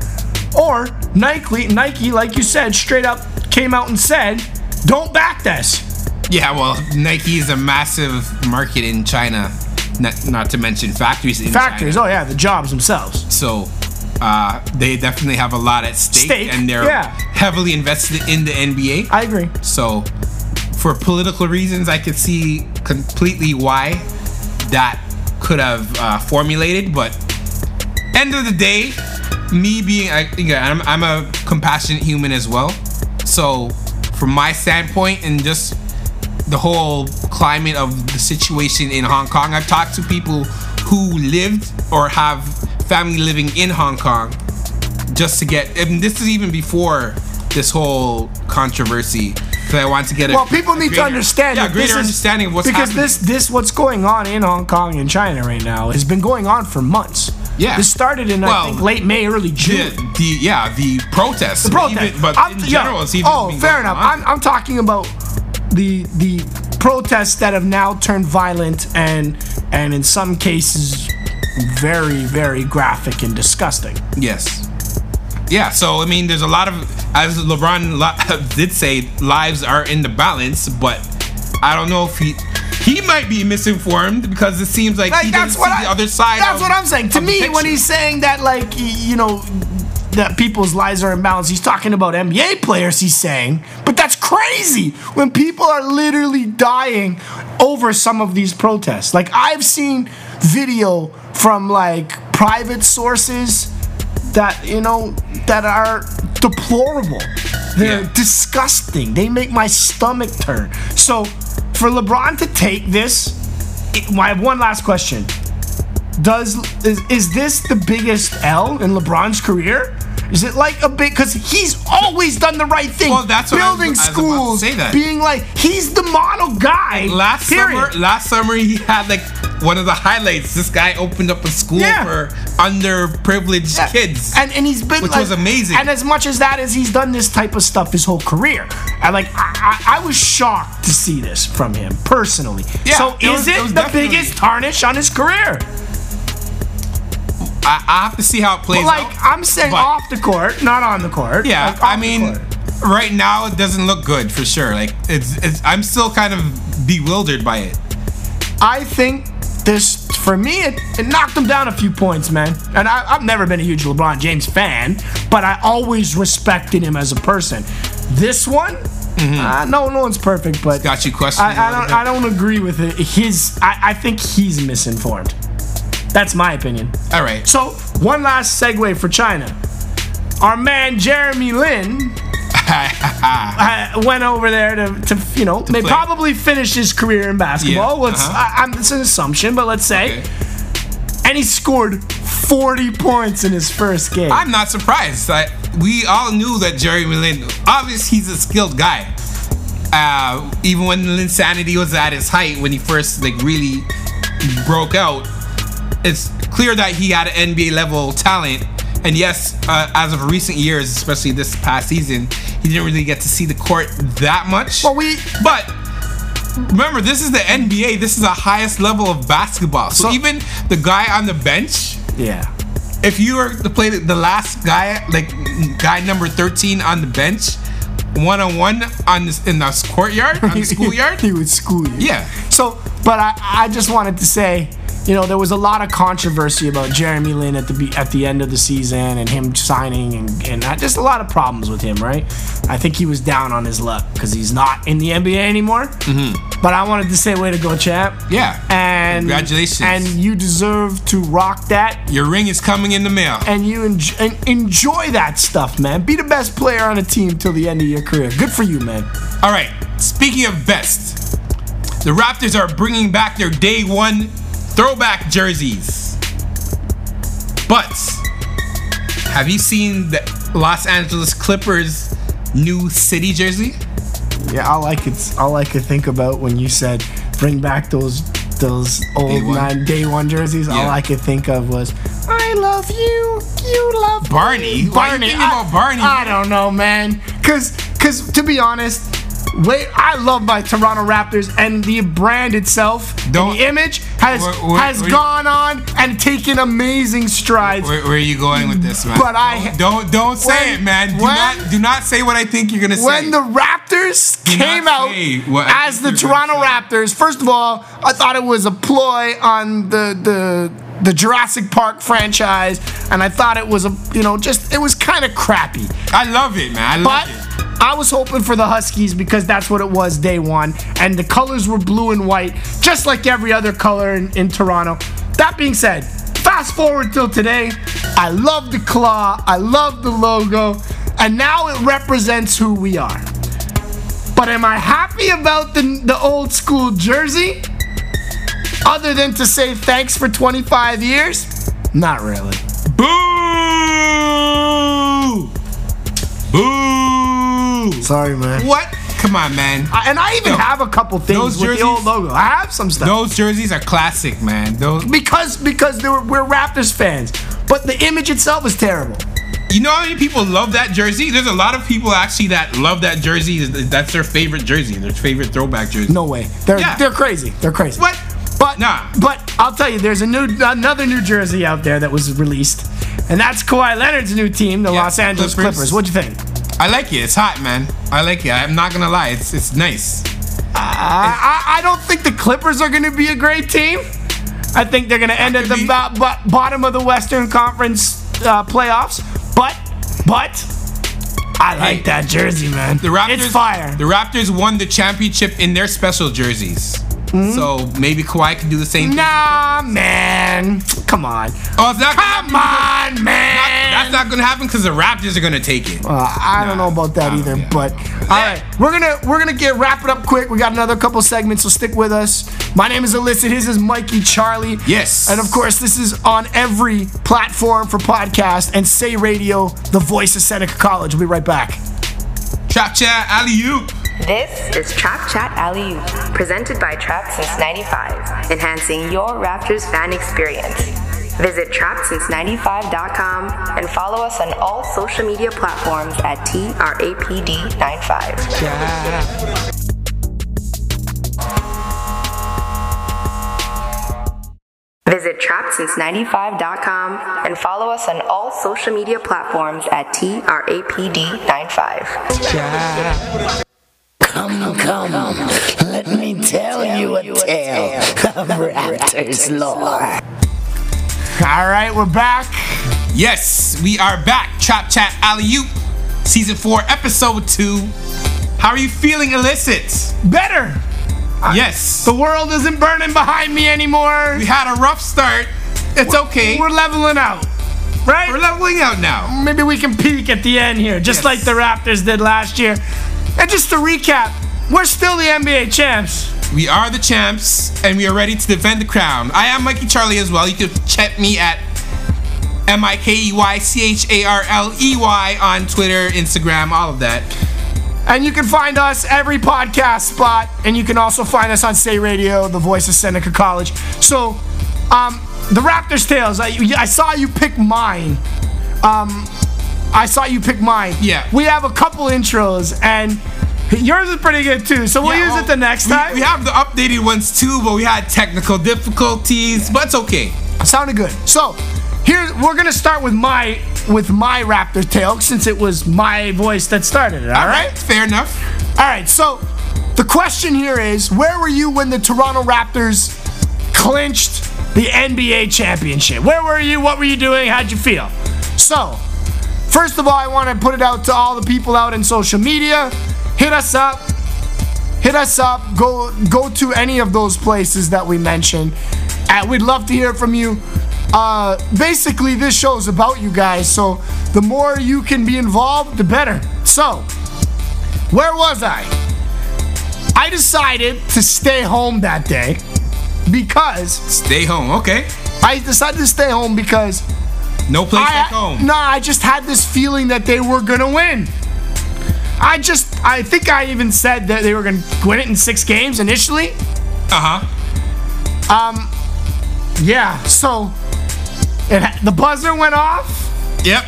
Speaker 4: or Nike, Nike, like you said, straight up came out and said, don't back this.
Speaker 5: Yeah, well, Nike is a massive market in China, not, not to mention factories in
Speaker 4: Factories,
Speaker 5: China.
Speaker 4: oh yeah, the jobs themselves.
Speaker 5: So uh, they definitely have a lot at stake,
Speaker 4: Stake,
Speaker 5: and they're
Speaker 4: yeah.
Speaker 5: heavily invested in the NBA.
Speaker 4: I agree.
Speaker 5: so for political reasons, I could see completely why that could have uh, formulated, but end of the day, me being I, yeah, I'm, I'm a compassionate human as well. So from my standpoint and just the whole climate of the situation in Hong Kong. I've talked to people who lived or have family living in Hong Kong just to get. And this is even before this whole controversy. Because I want to get a
Speaker 4: Well, people need to
Speaker 5: greater-
Speaker 4: understand.
Speaker 5: Yeah,
Speaker 4: that
Speaker 5: greater
Speaker 4: this is-
Speaker 5: understanding of what's
Speaker 4: because
Speaker 5: happening.
Speaker 4: this this what's going on in Hong Kong and China right now has been going on for months.
Speaker 5: Yeah.
Speaker 4: this started in
Speaker 5: Well,
Speaker 4: I think late May, early June.
Speaker 5: the, the yeah the protests,
Speaker 4: the protest.
Speaker 5: Even- but
Speaker 4: I'm-
Speaker 5: in
Speaker 4: yeah.
Speaker 5: general, it's even
Speaker 4: oh,
Speaker 5: been
Speaker 4: fair
Speaker 5: going
Speaker 4: enough.
Speaker 5: on.
Speaker 4: I'm, I'm talking about the the protests that have now turned violent and and in some cases very very graphic and disgusting.
Speaker 5: Yes. Yeah, so I mean, there's a lot of, as LeBron li- <laughs> did say, lives are in the balance, but I don't know if he he might be misinformed because it seems like, he doesn't see the other side.
Speaker 4: That's
Speaker 5: of-
Speaker 4: what I'm saying. To
Speaker 5: of the
Speaker 4: me, when
Speaker 5: picture.
Speaker 4: he's saying that, like y- you know, that people's lives are in balance, he's talking about NBA players. He's saying, but that's crazy when people are literally dying over some of these protests. Like I've seen video from like private sources that you know that are deplorable. They're
Speaker 5: Yeah.
Speaker 4: disgusting. They make my stomach turn. So for LeBron to take this, it, I have one last question. Does is, is this the biggest L in LeBron's career? Is it like a big because he's always done the right thing?
Speaker 5: Well, that's what I was- I
Speaker 4: building
Speaker 5: was about to
Speaker 4: schools,
Speaker 5: say that.
Speaker 4: being like he's the model guy.
Speaker 5: last
Speaker 4: period.
Speaker 5: summer, last summer he had like one of the highlights. This guy opened up a school
Speaker 4: Yeah.
Speaker 5: for underprivileged
Speaker 4: Yeah.
Speaker 5: kids.
Speaker 4: And and he's been
Speaker 5: Which
Speaker 4: like-
Speaker 5: was amazing.
Speaker 4: And as much as that as he's done this type of stuff his whole career, and like I, I, I was shocked to see this from him personally.
Speaker 5: Yeah,
Speaker 4: so
Speaker 5: it
Speaker 4: is
Speaker 5: was-
Speaker 4: it,
Speaker 5: it was
Speaker 4: the
Speaker 5: definitely-
Speaker 4: biggest tarnish on his career?
Speaker 5: I, I have to see how it plays
Speaker 4: Like
Speaker 5: out.
Speaker 4: I'm saying
Speaker 5: but-
Speaker 4: off the court, not on the court.
Speaker 5: Yeah,
Speaker 4: Like, off
Speaker 5: I
Speaker 4: the
Speaker 5: mean,
Speaker 4: court.
Speaker 5: right now it doesn't look good for sure. Like it's, it's I'm still kind of bewildered by it.
Speaker 4: I think this for me it, it knocked him down a few points, man. And I, I've never been a huge LeBron James fan, but I always respected him as a person. This one, uh, no, no one's perfect, but
Speaker 5: Mm-hmm. Got you questioning.
Speaker 4: I, I
Speaker 5: a little
Speaker 4: don't,
Speaker 5: bit.
Speaker 4: I don't agree with it. His, I, I think he's misinformed. That's my opinion.
Speaker 5: All right.
Speaker 4: So one last segue for China. Our man
Speaker 5: <laughs>
Speaker 4: Jeremy Lin uh, went over there to, to you know, they
Speaker 5: play.
Speaker 4: probably finished his career in basketball.
Speaker 5: Yeah,
Speaker 4: Let's,
Speaker 5: uh-huh.
Speaker 4: I, I'm, it's an assumption, but let's say,
Speaker 5: Okay.
Speaker 4: and he scored 40 points in his first game.
Speaker 5: I'm not surprised. I, we all knew that Jeremy Lin, obviously, he's a skilled guy. Uh, even when insanity was at his height, when he first like really broke out, it's clear that he had an NBA level talent. And yes, uh, as of recent years, especially this past season, he didn't really get to see the court that much.
Speaker 4: But we-
Speaker 5: but remember, this is the NBA. This is the highest level of basketball. so
Speaker 4: So-
Speaker 5: even the guy on the bench
Speaker 4: yeah.
Speaker 5: if you were to play the last guy, like guy number thirteen on the bench, one on one on this in the courtyard,
Speaker 4: <laughs>
Speaker 5: on the schoolyard,
Speaker 4: he would school you.
Speaker 5: Yeah.
Speaker 4: So, but I, I just wanted to say, you know, there was a lot of controversy about Jeremy Lin at the be- at the end of the season and him signing and and I, just a lot of problems with him, right? I think he was down on his luck because he's not in the NBA anymore. Mm-hmm. But I wanted to say, way to go, champ.
Speaker 5: Yeah.
Speaker 4: And
Speaker 5: Congratulations.
Speaker 4: And you deserve to rock that
Speaker 5: your ring is coming in the mail.
Speaker 4: and you enj- and enjoy that stuff, man. Be the best player on a team till the end of your career. Good for you, man.
Speaker 5: All right. Speaking of best, the Raptors are bringing back their day one throwback jerseys. But have you seen the Los Angeles Clippers new city jersey?
Speaker 4: Yeah, all I could all I could think about when you said bring back those those old
Speaker 5: one.
Speaker 4: nine day one jerseys, all
Speaker 5: Yeah.
Speaker 4: I could think of was I love you, you love me."
Speaker 5: Barney? Why you thinking
Speaker 4: I-
Speaker 5: about Barney?
Speaker 4: I don't know, man. Cause cause to be honest. Wait, I love my Toronto Raptors and the brand itself, and
Speaker 5: Don't-
Speaker 4: the image has
Speaker 5: Where- where-
Speaker 4: has
Speaker 5: where-
Speaker 4: gone on and taken amazing strides.
Speaker 5: Where, where are you going with this, man?
Speaker 4: But I-
Speaker 5: don't don't, don't say
Speaker 4: When-
Speaker 5: it, man. Do
Speaker 4: when-
Speaker 5: not do not say what I think you're gonna say.
Speaker 4: when the Raptors
Speaker 5: Do not
Speaker 4: came out
Speaker 5: say what I
Speaker 4: as the
Speaker 5: think you're gonna
Speaker 4: Toronto Raptors, first of all, I thought it was a ploy on the the the Jurassic Park franchise, and I thought it was a you know just it was kind of crappy.
Speaker 5: I love it, man. I love
Speaker 4: But
Speaker 5: it.
Speaker 4: I was hoping for the Huskies because that's what it was day one, and the colors were blue and white, just like every other color in, in Toronto. That being said, fast forward till today, I love the claw, I love the logo, and now it represents who we are. But am I happy about the, the old school jersey? Other than to say thanks for 25 years?
Speaker 5: <laughs>
Speaker 4: Not really.
Speaker 5: Boo! Boo!
Speaker 4: Sorry, man.
Speaker 5: What? Come on, man.
Speaker 4: I- and I even
Speaker 5: No.
Speaker 4: have a couple things
Speaker 5: Those
Speaker 4: with
Speaker 5: jerseys-
Speaker 4: the old logo. I have some stuff.
Speaker 5: Those jerseys are classic, man. Those,
Speaker 4: Because because they were, we're Raptors fans. But the image itself was terrible.
Speaker 5: you know how many people love that jersey? There's a lot of people actually that love that jersey. That's their favorite jersey, their favorite throwback jersey.
Speaker 4: No way. They're
Speaker 5: Yeah.
Speaker 4: they're crazy. They're crazy.
Speaker 5: What?
Speaker 4: But
Speaker 5: Nah.
Speaker 4: But I'll tell you, there's a new another New Jersey out there that was released, and that's Kawhi Leonard's new team, the
Speaker 5: Yeah,
Speaker 4: Los Angeles
Speaker 5: Clippers.
Speaker 4: Clippers. What'd you think?
Speaker 5: I like it. It's hot, man. I like it. I'm not gonna lie. It's it's nice.
Speaker 4: I, I I don't think the Clippers are going to be a great team. I think they're going to end at
Speaker 5: could
Speaker 4: the
Speaker 5: be-
Speaker 4: bo- bo- bottom of the Western Conference uh, playoffs. But but I like
Speaker 5: Hey,
Speaker 4: that jersey, man.
Speaker 5: The Raptors.
Speaker 4: it's fire.
Speaker 5: The Raptors won the championship in their special jerseys. So maybe Kawhi can do the same. thing.
Speaker 4: Hmm? nah, man. Come on.
Speaker 5: Oh, it's not. gonna happen
Speaker 4: Come on,
Speaker 5: because-
Speaker 4: man.
Speaker 5: That's not gonna happen because the Raptors are gonna take it.
Speaker 4: Uh, I don't know about that
Speaker 5: Nah,
Speaker 4: either,
Speaker 5: Oh, yeah.
Speaker 4: but all right, we're gonna we're gonna get wrap it up quick. We got another couple segments, so stick with us. My name is Alyssa. His is Mikey Charlie.
Speaker 5: Yes.
Speaker 4: and of course this is on every platform for podcast and Say Radio, the voice of Seneca College. We'll be right back.
Speaker 5: Trap chat alley oop.
Speaker 6: This is Trap Chat Alley Oop, presented by Trap Since 95, enhancing your Raptors fan experience. Visit trapsince95.com and follow us on all social media platforms at TRAPD95. Visit trapsince95.com and follow us on all social media platforms at TRAPD95.
Speaker 8: Come, come, let me tell you a tale of Raptor's lore.
Speaker 4: All right, we're back.
Speaker 5: Yes, we are back. Trap Chat Alley Oop, Season 4, Episode 2. How are you feeling, Illicit?
Speaker 4: Better.
Speaker 5: yes.
Speaker 4: The world isn't burning behind me anymore.
Speaker 5: we had a rough start. It's okay.
Speaker 4: We're leveling out, right?
Speaker 5: We're leveling out now.
Speaker 4: maybe we can peak at the end here, just
Speaker 5: Yes.
Speaker 4: like the Raptors did last year. And just to recap, we're still the NBA champs.
Speaker 5: We are the champs, and we are ready to defend the crown. I am Mikey Charlie as well. You can check me at M I K E Y C H A R L E Y on Twitter, Instagram, all of that.
Speaker 4: And you can find us every podcast spot, and you can also find us on Say Radio, the voice of Seneca College. So, um, the Raptors tales. I, I saw you pick mine. Um, I saw you pick mine.
Speaker 5: Yeah.
Speaker 4: We have a couple intros, and yours is pretty good too. So we'll
Speaker 5: Yeah,
Speaker 4: use
Speaker 5: oh,
Speaker 4: it the next
Speaker 5: we-
Speaker 4: time.
Speaker 5: We have the updated ones too, but we had technical difficulties, but it's okay.
Speaker 4: sounded good. So here we're gonna start with my with my raptor tale since it was my voice that started it. All
Speaker 5: All
Speaker 4: right.
Speaker 5: right, fair enough.
Speaker 4: All right. So the question here is, where were you when the Toronto Raptors clinched the NBA championship? Where were you? What were you doing? How'd you feel? So first of all, I want to put it out to all the people out in social media. Hit us up hit us up. Go go to any of those places that we mentioned. And we'd love to hear from you. Uh, basically, this show is about you guys, so the more you can be involved, the better. So, where was I? I decided to stay home that day because
Speaker 5: Stay home, okay?
Speaker 4: I decided to stay home because
Speaker 5: No place
Speaker 4: I,
Speaker 5: like home.
Speaker 4: No, I just had this feeling that they were gonna win. I just, I think I even said that they were gonna win it in six games initially. Um,
Speaker 5: Uh huh.
Speaker 4: Yeah. So, it ha- the buzzer went off,
Speaker 5: Yep.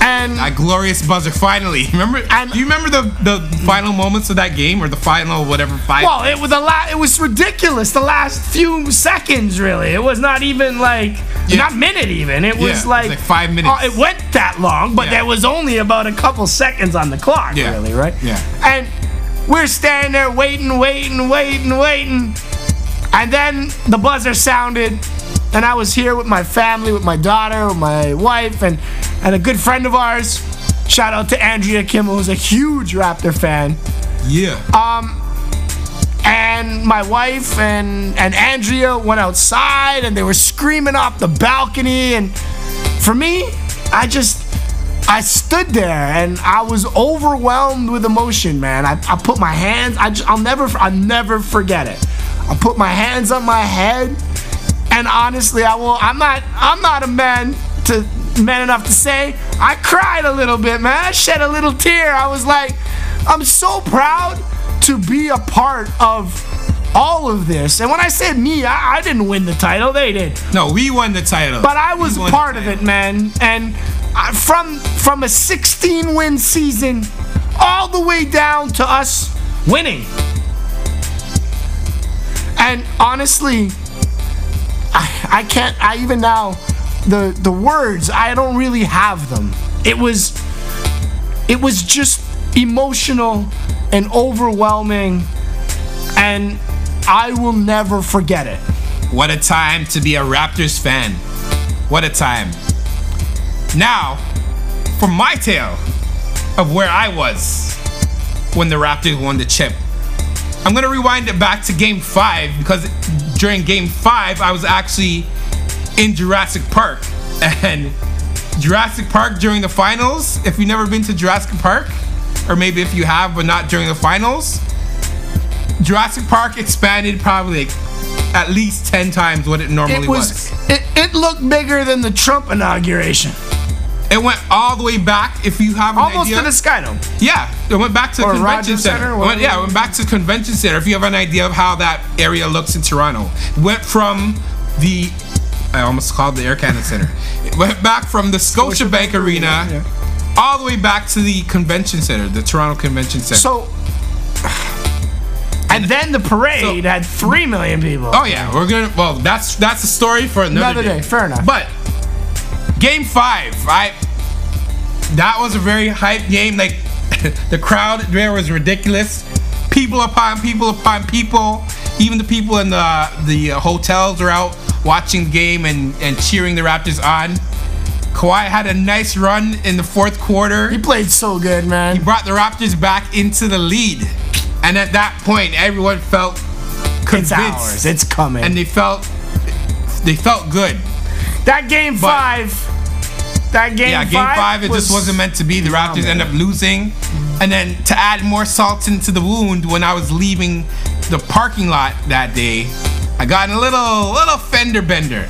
Speaker 4: and
Speaker 5: That glorious buzzer. Finally, <laughs> remember?
Speaker 4: And-
Speaker 5: do you remember the the final moments of that game or the final whatever five?
Speaker 4: well, it was a lot. It was ridiculous. The last few seconds, really. It was not even like
Speaker 5: Yeah.
Speaker 4: not minute even. It
Speaker 5: Yeah, it
Speaker 4: was
Speaker 5: was
Speaker 4: like,
Speaker 5: like five minutes.
Speaker 4: Oh, it went that long, but
Speaker 5: Yeah.
Speaker 4: there was only about a couple seconds on the clock,
Speaker 5: Yeah.
Speaker 4: really, right?
Speaker 5: Yeah.
Speaker 4: And we're standing there waiting, waiting, waiting, waiting, and then the buzzer sounded. And I was here with my family, with my daughter, with my wife, and, and a good friend of ours. Shout out to Andrea Kimmel, who's a huge Raptor fan
Speaker 5: yeah.
Speaker 4: Uh, Um, and my wife and and Andrea went outside and they were screaming off the balcony and for me I just I stood there and I was overwhelmed with emotion, man. I, I put my hands, I will never, I'll never forget it. I put my hands on my head, and honestly, I will. I'm not, I'm not a man to man enough to say I cried a little bit, man. I shed a little tear. I was like, I'm so proud to be a part of all of this. And when I said me, I, I didn't win the title; they did.
Speaker 5: No, we won the title.
Speaker 4: But I was
Speaker 5: We won
Speaker 4: part
Speaker 5: the
Speaker 4: of
Speaker 5: title.
Speaker 4: it, man. And I, from from a 16 win season all the way down to us winning. And honestly, I, I can't. I even now, the the words I don't really have them. It was, it was just emotional and overwhelming, and I will never forget it.
Speaker 5: What a time to be a Raptors fan. What a time. Now, for my tale of where I was when the Raptors won the chip. I'm going to rewind it back to game five because during game five, I was actually in Jurassic Park. And Jurassic Park during the finals, if you've never been to Jurassic Park, or maybe if you have, but not during the finals, Jurassic Park expanded probably like at least 10 times what it normally
Speaker 4: It was. It, it looked bigger than the Trump inauguration.
Speaker 5: It went all the way back. If you have an
Speaker 4: Almost
Speaker 5: idea,
Speaker 4: to the Skydome.
Speaker 5: Yeah, it went back to the
Speaker 4: Or
Speaker 5: convention
Speaker 4: Rogers
Speaker 5: center.
Speaker 4: Center,
Speaker 5: It
Speaker 4: whatever
Speaker 5: went, yeah,
Speaker 4: it
Speaker 5: it went back to the convention center. If you have an idea of how that area looks in Toronto, went from the I almost called the Air Canada Center. It went back from the Scotiabank Arena all the way back to the convention center, the Toronto Convention Center.
Speaker 4: So. <sighs> And then the parade
Speaker 5: So-
Speaker 4: had three million people.
Speaker 5: Oh yeah, we're gonna. Well, that's that's a story for another,
Speaker 4: Another day, fair enough.
Speaker 5: But game five, I that was a very hype game. Like <laughs> the crowd there was ridiculous. People upon people upon people. Even the people in the the uh, hotels are out watching the game and and cheering the Raptors on. Kawhi had a nice run in the fourth quarter
Speaker 4: He played so good, man.
Speaker 5: brought the Raptors back into the lead. And at that point, everyone felt
Speaker 4: It's
Speaker 5: convinced.
Speaker 4: ours. It's coming.
Speaker 5: and they felt they felt good.
Speaker 4: that game five. That game
Speaker 5: yeah,
Speaker 4: five.
Speaker 5: game five, it just wasn't meant to be. The Raptors end up losing. And then to add more salt into the wound, when I was leaving the parking lot that day, I got in a little little fender bender.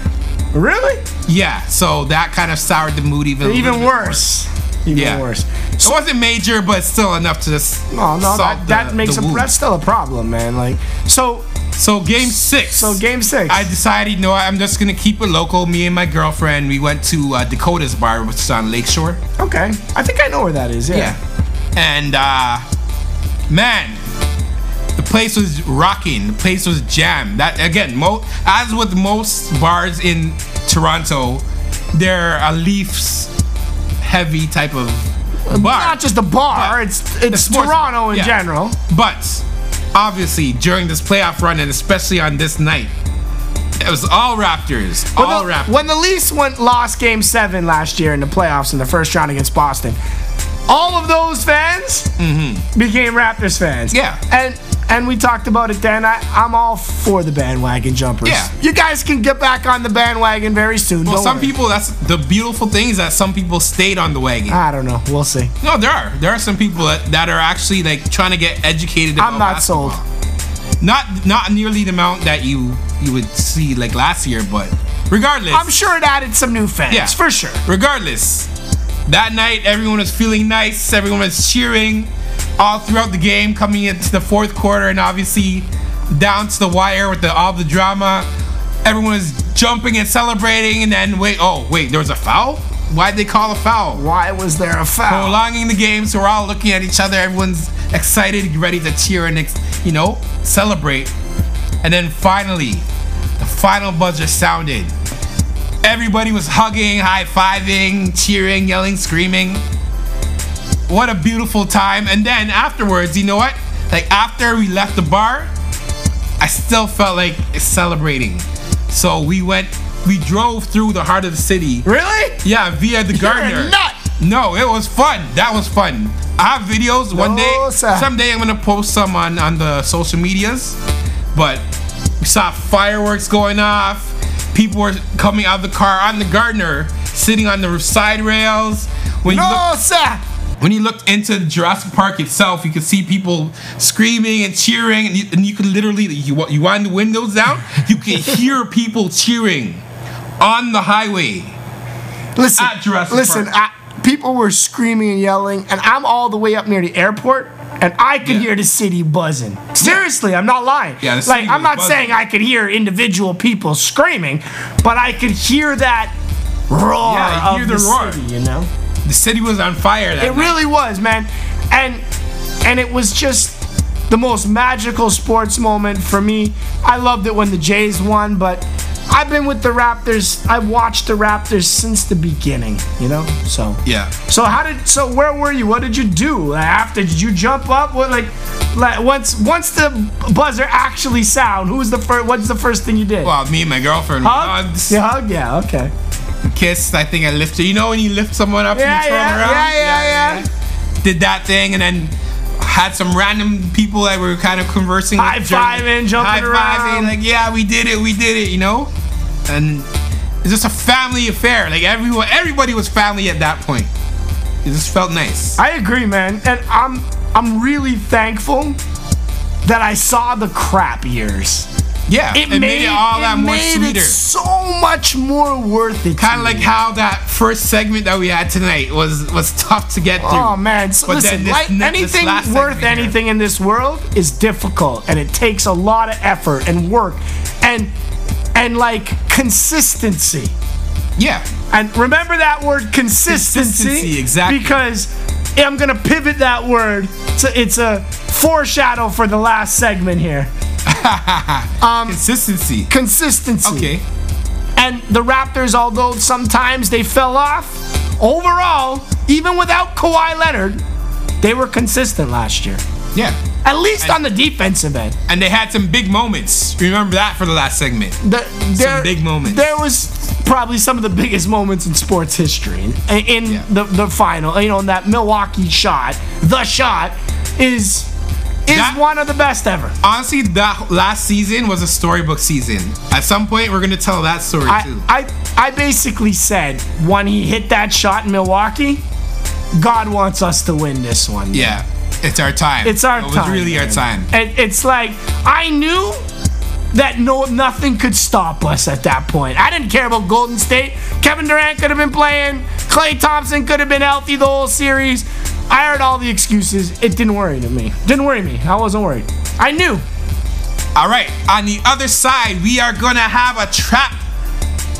Speaker 4: Really?
Speaker 5: Yeah, so that kind of soured the mood even a little
Speaker 4: Even
Speaker 5: bit
Speaker 4: worse. Even
Speaker 5: Yeah.
Speaker 4: worse.
Speaker 5: It wasn't major, but still enough to just
Speaker 4: No, no, that,
Speaker 5: salt
Speaker 4: that
Speaker 5: the-
Speaker 4: makes
Speaker 5: the
Speaker 4: a
Speaker 5: wound.
Speaker 4: that's still a problem, man. Like so.
Speaker 5: So game six.
Speaker 4: So game six.
Speaker 5: I decided, no, I'm just gonna keep it local. Me and my girlfriend, we went to uh, Dakota's bar, which is on Lakeshore.
Speaker 4: okay. I think I know where that is. Yeah.
Speaker 5: And uh, man, the place was rocking. The place was jammed. That again, mo- as with most bars in Toronto, they're a Leafs heavy type of bar.
Speaker 4: Not just the bar.
Speaker 5: But
Speaker 4: it's
Speaker 5: the
Speaker 4: it's
Speaker 5: sports-
Speaker 4: Toronto in
Speaker 5: yeah.
Speaker 4: general.
Speaker 5: But obviously, during this playoff run, and especially on this night, it was all Raptors.
Speaker 4: When
Speaker 5: all
Speaker 4: the,
Speaker 5: Raptors.
Speaker 4: When the Leafs went lost Game Seven last year in the playoffs in the first round against Boston, all of those fans became Raptors fans.
Speaker 5: Mm-hmm. Yeah.
Speaker 4: and and we talked about it then. I, I'm all for the bandwagon jumpers.
Speaker 5: Yeah.
Speaker 4: you guys can get back on the bandwagon very soon.
Speaker 5: well,
Speaker 4: don't
Speaker 5: some
Speaker 4: worry.
Speaker 5: people. That's the beautiful thing is that some people stayed on the wagon.
Speaker 4: I don't know. We'll see.
Speaker 5: no, there are there are some people that, that are actually like trying to get educated. About
Speaker 4: I'm not
Speaker 5: basketball.
Speaker 4: sold.
Speaker 5: Not not nearly the amount that you you would see like last year, but regardless,
Speaker 4: I'm sure it added some new fans.
Speaker 5: Yeah.
Speaker 4: for sure.
Speaker 5: Regardless, that night everyone was feeling nice. Everyone was cheering all throughout the game, coming into the fourth quarter, and obviously down to the wire with the, all the drama. Everyone was jumping and celebrating, and then wait, oh wait, there was a foul. Why'd they call a foul?
Speaker 4: Why was there a foul?
Speaker 5: Prolonging the game, so we're all looking at each other. Everyone's excited, ready to cheer and ex- you know celebrate. And then finally, the final buzzer sounded. Everybody was hugging, high fiving, cheering, yelling, screaming. What a beautiful time. And then afterwards, you know what? Like after we left the bar, I still felt like celebrating. So we went, we drove through the heart of the city.
Speaker 4: really?
Speaker 5: Yeah, via the gardener.
Speaker 4: nut.
Speaker 5: No, it was fun. That was fun. I have videos one
Speaker 4: No,
Speaker 5: day.
Speaker 4: sir.
Speaker 5: Someday I'm gonna post some on, on the social medias. But we saw fireworks going off. People were coming out of the car on the gardener, sitting on the side rails, when you
Speaker 4: No,
Speaker 5: look,
Speaker 4: sir.
Speaker 5: when you looked into Jurassic Park itself, you could see people screaming and cheering, and you, and you could literally you wa- you wind the windows down, you
Speaker 4: <laughs>
Speaker 5: could hear people cheering on the highway.
Speaker 4: Listen,
Speaker 5: At Jurassic
Speaker 4: listen.
Speaker 5: Park.
Speaker 4: I, people were screaming and yelling, and I'm all the way up near the airport, and I could
Speaker 5: Yeah.
Speaker 4: hear the city buzzing. Seriously, I'm not lying.
Speaker 5: Yeah, the
Speaker 4: like
Speaker 5: city
Speaker 4: I'm
Speaker 5: was
Speaker 4: not saying
Speaker 5: buzzing.
Speaker 4: I could hear individual people screaming, but I could hear that roar
Speaker 5: Yeah, you hear
Speaker 4: of
Speaker 5: the roar.
Speaker 4: city. You know,
Speaker 5: The city was on fire. That
Speaker 4: it
Speaker 5: night.
Speaker 4: really was, man, and and it was just. The most magical sports moment for me. I loved it when the Jays won, but I've been with the Raptors. I've watched the Raptors since the beginning, you know? So.
Speaker 5: yeah.
Speaker 4: So how did so where were you? What did you do after? Did you jump up? What like, like once once the buzzer actually sound? Who was the first? What's the first thing you did?
Speaker 5: Well, uh, me and my girlfriend we
Speaker 4: hug.
Speaker 5: hugged,
Speaker 4: You hug? Yeah. Okay.
Speaker 5: kissed. I think I lifted. You know when you lift someone up and
Speaker 4: Yeah,
Speaker 5: you turn
Speaker 4: yeah,
Speaker 5: around.
Speaker 4: yeah, yeah, yeah.
Speaker 5: Did that thing and then had some random people that were kind of conversing. with
Speaker 4: High
Speaker 5: during-
Speaker 4: fiving, jumping
Speaker 5: High
Speaker 4: around.
Speaker 5: fiving, like yeah, we did it, we did it. You know, and it's just a family affair. Like everyone, everybody was family at that point. It just felt nice.
Speaker 4: I agree, man. And I'm I'm really thankful that I saw the crap years.
Speaker 5: Yeah, it, made, it all
Speaker 4: it
Speaker 5: that more
Speaker 4: made
Speaker 5: sweeter.
Speaker 4: It so much more worth it. to
Speaker 5: Kind of like
Speaker 4: me.
Speaker 5: how that first segment that we had tonight was was tough to get through.
Speaker 4: Oh man! So
Speaker 5: But then
Speaker 4: listen,
Speaker 5: this
Speaker 4: like
Speaker 5: ne- this
Speaker 4: anything
Speaker 5: last
Speaker 4: worth
Speaker 5: segment here-
Speaker 4: anything in this world is difficult, and it takes a lot of effort and work, and and like consistency.
Speaker 5: Yeah, <laughs>
Speaker 4: And remember that word consistency,
Speaker 5: Consistency, exactly.
Speaker 4: Because I'm gonna pivot that word. So it's a foreshadow for the last segment here. Um,
Speaker 5: consistency.
Speaker 4: Consistency.
Speaker 5: Okay.
Speaker 4: And the Raptors, although sometimes they fell off, overall, even without Kawhi Leonard, they were consistent last year.
Speaker 5: Yeah.
Speaker 4: At least on the defensive end.
Speaker 5: And they had some big moments. Remember that for the last segment.
Speaker 4: The, there,
Speaker 5: big moments.
Speaker 4: There was probably some of the biggest moments in sports history. In, in
Speaker 5: Yeah.
Speaker 4: the, the final, you know, in that Milwaukee shot, the shot is is
Speaker 5: That-
Speaker 4: one of the best ever.
Speaker 5: Honestly, that last season was a storybook season. At some point, we're gonna tell that story too.
Speaker 4: I, I I basically said when he hit that shot in Milwaukee, God wants us to win this one.
Speaker 5: yeah, it's our time.
Speaker 4: It's our
Speaker 5: it was
Speaker 4: time,
Speaker 5: really our
Speaker 4: man.
Speaker 5: time.
Speaker 4: And it's like I knew that no nothing could stop us at that point. I didn't care about Golden State. Kevin Durant could have been playing. Clay Thompson could have been healthy the whole series. I heard all the excuses. It didn't worry to me. Didn't worry me. I wasn't worried. I knew.
Speaker 5: All right. On the other side, we are gonna have a trap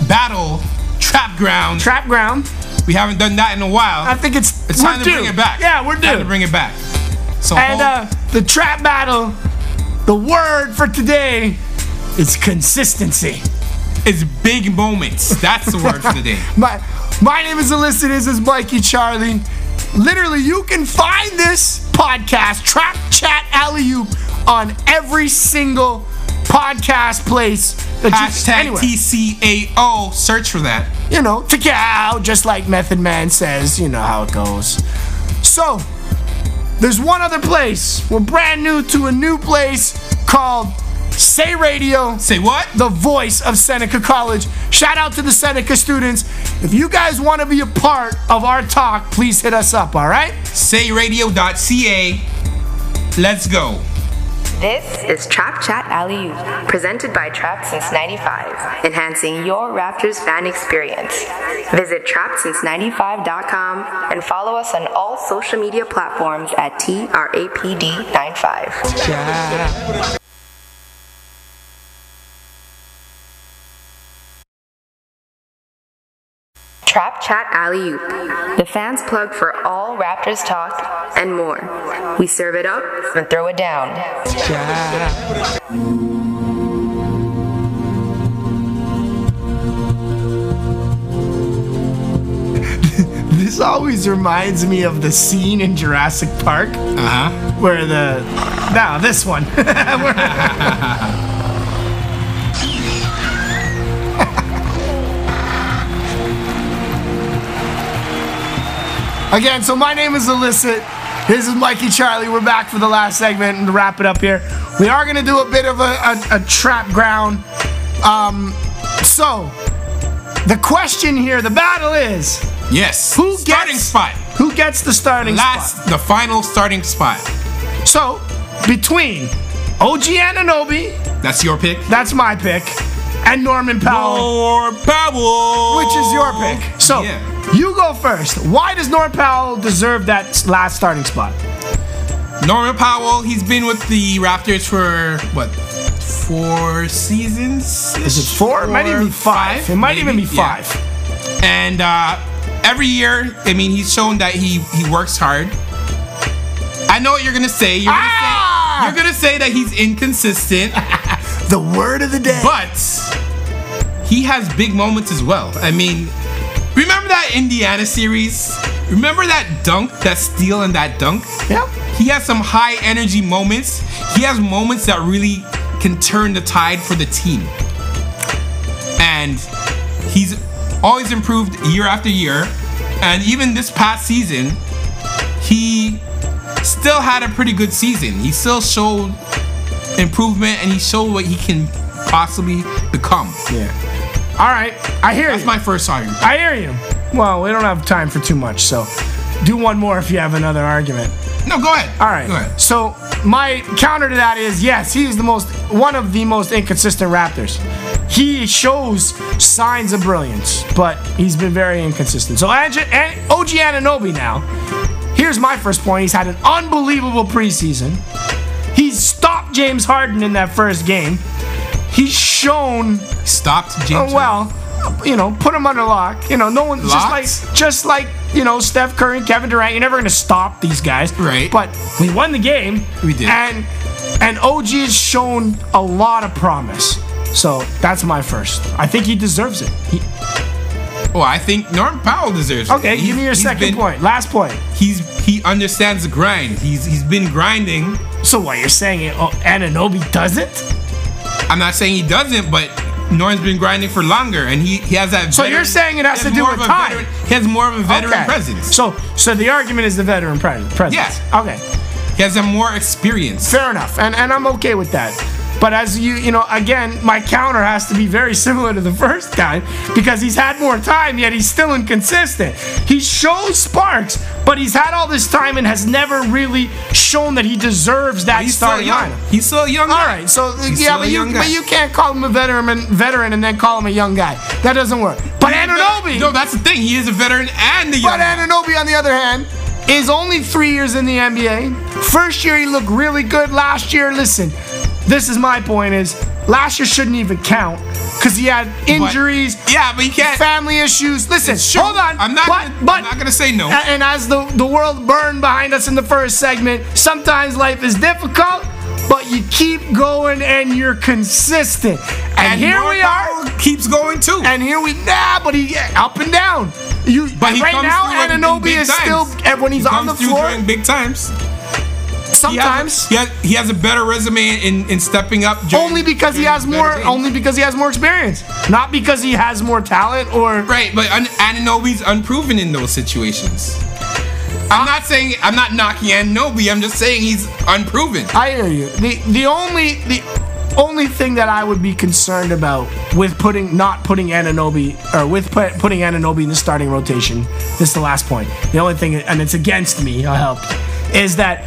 Speaker 5: battle, trap ground.
Speaker 4: Trap ground.
Speaker 5: we haven't done that in a while.
Speaker 4: I think it's
Speaker 5: it's
Speaker 4: we're
Speaker 5: time to
Speaker 4: due.
Speaker 5: bring it back.
Speaker 4: Yeah, we're
Speaker 5: Time to
Speaker 4: due.
Speaker 5: bring it back. So
Speaker 4: And
Speaker 5: hold-
Speaker 4: uh, the trap battle. The word for today is consistency. uh,
Speaker 5: it's big moments. That's the word for the
Speaker 4: <laughs>
Speaker 5: day.
Speaker 4: My my name is Alyssa. This is Mikey Charlie. Literally, you can find this podcast, Trap Chat Alley Oop, on every single podcast place. That
Speaker 5: Hashtag
Speaker 4: anywhere.
Speaker 5: TCAO. Search for that.
Speaker 4: you know, to get out, just like Method Man says, you know how it goes. So, there's one other place. We're brand new to a new place called Say Radio
Speaker 5: Say what?
Speaker 4: the voice of Seneca College. Shout out to the Seneca students. If you guys want to be a part of our talk, please hit us up, all right?
Speaker 5: sayradio.ca. Let's go.
Speaker 6: This is Trap Chat Alley Oop, presented by Trap Since 95, enhancing your Raptors fan experience. Visit trapsince95.com and follow us on all social media platforms at TRAPD95. Trap Chat Alley Oop, the fans plug for all Raptors talk and more. We serve it up and throw it down.
Speaker 4: This always reminds me of the scene in Jurassic Park
Speaker 5: Uh huh.
Speaker 4: where the. No, this one. <laughs> Again, so my name is Alyssa. This is Mikey Charlie. We're back for the last segment and to wrap it up here. We are going to do a bit of a, a, a trap ground. Um, so, the question here, the battle is
Speaker 5: Yes.
Speaker 4: Who gets-
Speaker 5: starting spot?
Speaker 4: Who gets the starting
Speaker 5: Last,
Speaker 4: spot?
Speaker 5: the final starting spot.
Speaker 4: So, between OG Ananobi,
Speaker 5: That's your pick.
Speaker 4: that's my pick, and Norman Powell,
Speaker 5: Or Powell.
Speaker 4: which is your pick. So,
Speaker 5: Yeah.
Speaker 4: you go first. Why does Norman Powell deserve that s- last starting spot?
Speaker 5: Norman Powell, he's been with the Raptors for what? Four seasons?
Speaker 4: Is it four? It might even be five. It might even be five.
Speaker 5: And uh, every year, I mean, he's shown that he he works hard. I know what you're gonna say. You're gonna,
Speaker 4: Ah!
Speaker 5: say, you're gonna say that he's inconsistent,
Speaker 4: <laughs> The word of the day.
Speaker 5: but he has big moments as well. I mean, remember that Indiana series? Remember that dunk, that steal, and that dunk?
Speaker 4: yeah.
Speaker 5: He has some high energy moments. He has moments that really can turn the tide for the team. And he's always improved year after year. And even this past season, he still had a pretty good season. He still showed improvement and he showed what he can possibly become.
Speaker 4: All right. I hear
Speaker 5: That's
Speaker 4: you.
Speaker 5: my first argument.
Speaker 4: I hear you. Well, we don't have time for too much, so do one more if you have another argument.
Speaker 5: No, go ahead.
Speaker 4: All right.
Speaker 5: Go ahead.
Speaker 4: So my counter to that is yes, he is the most one of the most inconsistent Raptors. He shows signs of brilliance, but he's been very inconsistent. So Ange- An- OG Ananobi now. Here's my first point. He's had an unbelievable preseason. He stopped James Harden in that first game. He's shown
Speaker 5: Stopped James.
Speaker 4: Oh, well, you know, put him under lock. You know, no one
Speaker 5: Locks?
Speaker 4: just like just like you know Steph Curry, and Kevin Durant. You're never gonna stop these guys,
Speaker 5: Right.
Speaker 4: But we won the game.
Speaker 5: We did.
Speaker 4: and and OG has shown a lot of promise. So that's my first. I think he deserves it. He-
Speaker 5: Well, Oh, I think Norm Powell deserves it.
Speaker 4: okay,
Speaker 5: He's-
Speaker 4: give me your
Speaker 5: he's
Speaker 4: second
Speaker 5: been-
Speaker 4: point. Last point.
Speaker 5: he's he understands the grind. He's he's been grinding.
Speaker 4: So what you're saying? it- Oh, Ananobi doesn't.
Speaker 5: I'm not saying he doesn't, but Norm's been grinding for longer, and he he has that.
Speaker 4: So you're saying it has
Speaker 5: he
Speaker 4: to do
Speaker 5: more
Speaker 4: with
Speaker 5: of a
Speaker 4: time?
Speaker 5: Veteran, he has more of a veteran
Speaker 4: Okay.
Speaker 5: presence.
Speaker 4: So so the argument is the veteran pre- presence.
Speaker 5: Yeah.
Speaker 4: Okay.
Speaker 5: he has a more experience.
Speaker 4: fair enough and, and i'm okay with that but as you you know again my counter has to be very similar to the first time because he's had more time yet he's still inconsistent he shows sparks but he's had all this time and has never really shown that he deserves that
Speaker 5: He's still
Speaker 4: starting
Speaker 5: young.
Speaker 4: lineup
Speaker 5: He's still a young.
Speaker 4: all
Speaker 5: guy.
Speaker 4: right, so
Speaker 5: He's still
Speaker 4: yeah,
Speaker 5: a
Speaker 4: but
Speaker 5: young
Speaker 4: you,
Speaker 5: guy.
Speaker 4: but you can't call him a veteran, veteran, and then call him a young guy. That doesn't work. But Ananobi,
Speaker 5: uh, No, that's the thing. He is a veteran and a young.
Speaker 4: but
Speaker 5: guy.
Speaker 4: Ananobi, on the other hand, is only three years in the NBA. First year he looked really good. Last year, listen, this is my point: is last year shouldn't even count because he had injuries,
Speaker 5: yeah, but you can't.
Speaker 4: family issues. Listen,
Speaker 5: It's true.
Speaker 4: hold on.
Speaker 5: I'm not.
Speaker 4: But,
Speaker 5: gonna,
Speaker 4: but
Speaker 5: I'm not gonna say no.
Speaker 4: a- and as the, the world burned behind us in the first segment, sometimes life is difficult, but you keep going and you're consistent. And, here
Speaker 5: Norm
Speaker 4: we are.
Speaker 5: Powell keeps going too.
Speaker 4: And here we nah, but he yeah, up and down. You
Speaker 5: but he
Speaker 4: right
Speaker 5: comes
Speaker 4: now,
Speaker 5: through in- in
Speaker 4: Ananobi
Speaker 5: big
Speaker 4: is still
Speaker 5: times.
Speaker 4: and when he's
Speaker 5: he
Speaker 4: on
Speaker 5: comes
Speaker 4: the
Speaker 5: through
Speaker 4: floor.
Speaker 5: during big times. He has a-
Speaker 4: Sometimes
Speaker 5: he has, he has a better resume in, in stepping up. during-
Speaker 4: only because he
Speaker 5: during
Speaker 4: has
Speaker 5: better
Speaker 4: more.
Speaker 5: games.
Speaker 4: Only because he has more experience, not because he has more talent or.
Speaker 5: right, but An- Ananobi's unproven in those situations. I'm not saying I'm not knocking Ananobi. I'm just saying he's unproven.
Speaker 4: I hear you. The the only the only thing that I would be concerned about with putting not putting Ananobi or with put, putting Ananobi in the starting rotation. This is the last point. The only thing, and it's against me. I help is that.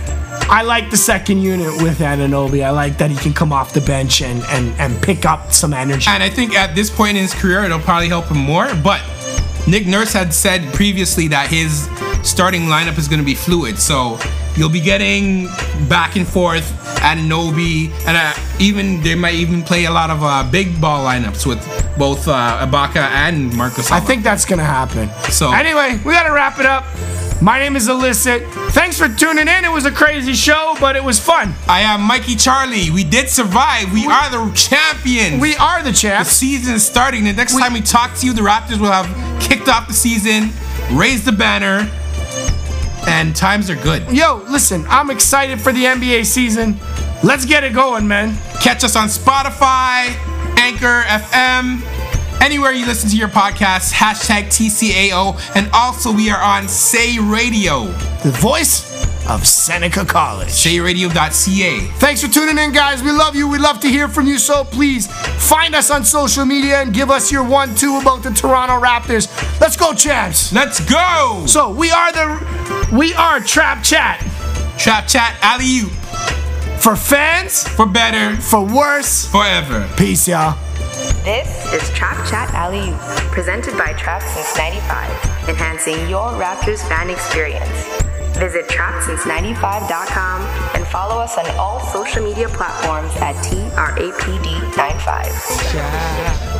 Speaker 4: I like the second unit with Ananobi. I like that he can come off the bench and, and, and pick up some energy.
Speaker 5: And I think at this point in his career, it'll probably help him more. But Nick Nurse had said previously that his starting lineup is going to be fluid. So you'll be getting back and forth Ananobi, and uh, even they might even play a lot of uh, big ball lineups with both uh, Ibaka and Marcus.
Speaker 4: I think that's gonna happen.
Speaker 5: So-
Speaker 4: anyway, we gotta wrap it up. My name is Illicit. Thanks for tuning in. It was a crazy show, but it was fun.
Speaker 5: I am Mikey Charlie. We did survive. We, are the champions.
Speaker 4: We are the
Speaker 5: the
Speaker 4: champs.
Speaker 5: season is starting. The next time we talk to you, the Raptors will have kicked off the season, raised the banner, and times are good.
Speaker 4: Yo, listen, I'm excited for the NBA season. Let's get it going, man.
Speaker 5: Catch us on Spotify, Anchor FM, anywhere you listen to your podcast, hashtag TCAO, and also we are on Say Radio.
Speaker 4: The voice of Seneca College.
Speaker 5: jradio.ca.
Speaker 4: Thanks for tuning in, guys. We love you. We love to hear from you. So please find us on social media and give us your one, two about the Toronto Raptors. Let's go, champs.
Speaker 5: Let's go!
Speaker 4: So we are the we are Trap Chat
Speaker 5: Trap Chat Alley Oop
Speaker 4: for fans,
Speaker 5: for better
Speaker 4: for worse.
Speaker 5: forever.
Speaker 4: Peace, y'all.
Speaker 6: This is Trap Chat Alley Oop, presented by Trap Since 95, enhancing your Raptors fan experience. Visit TrapSince95.com and follow us on all social media platforms at TRAPD95.
Speaker 5: Chat.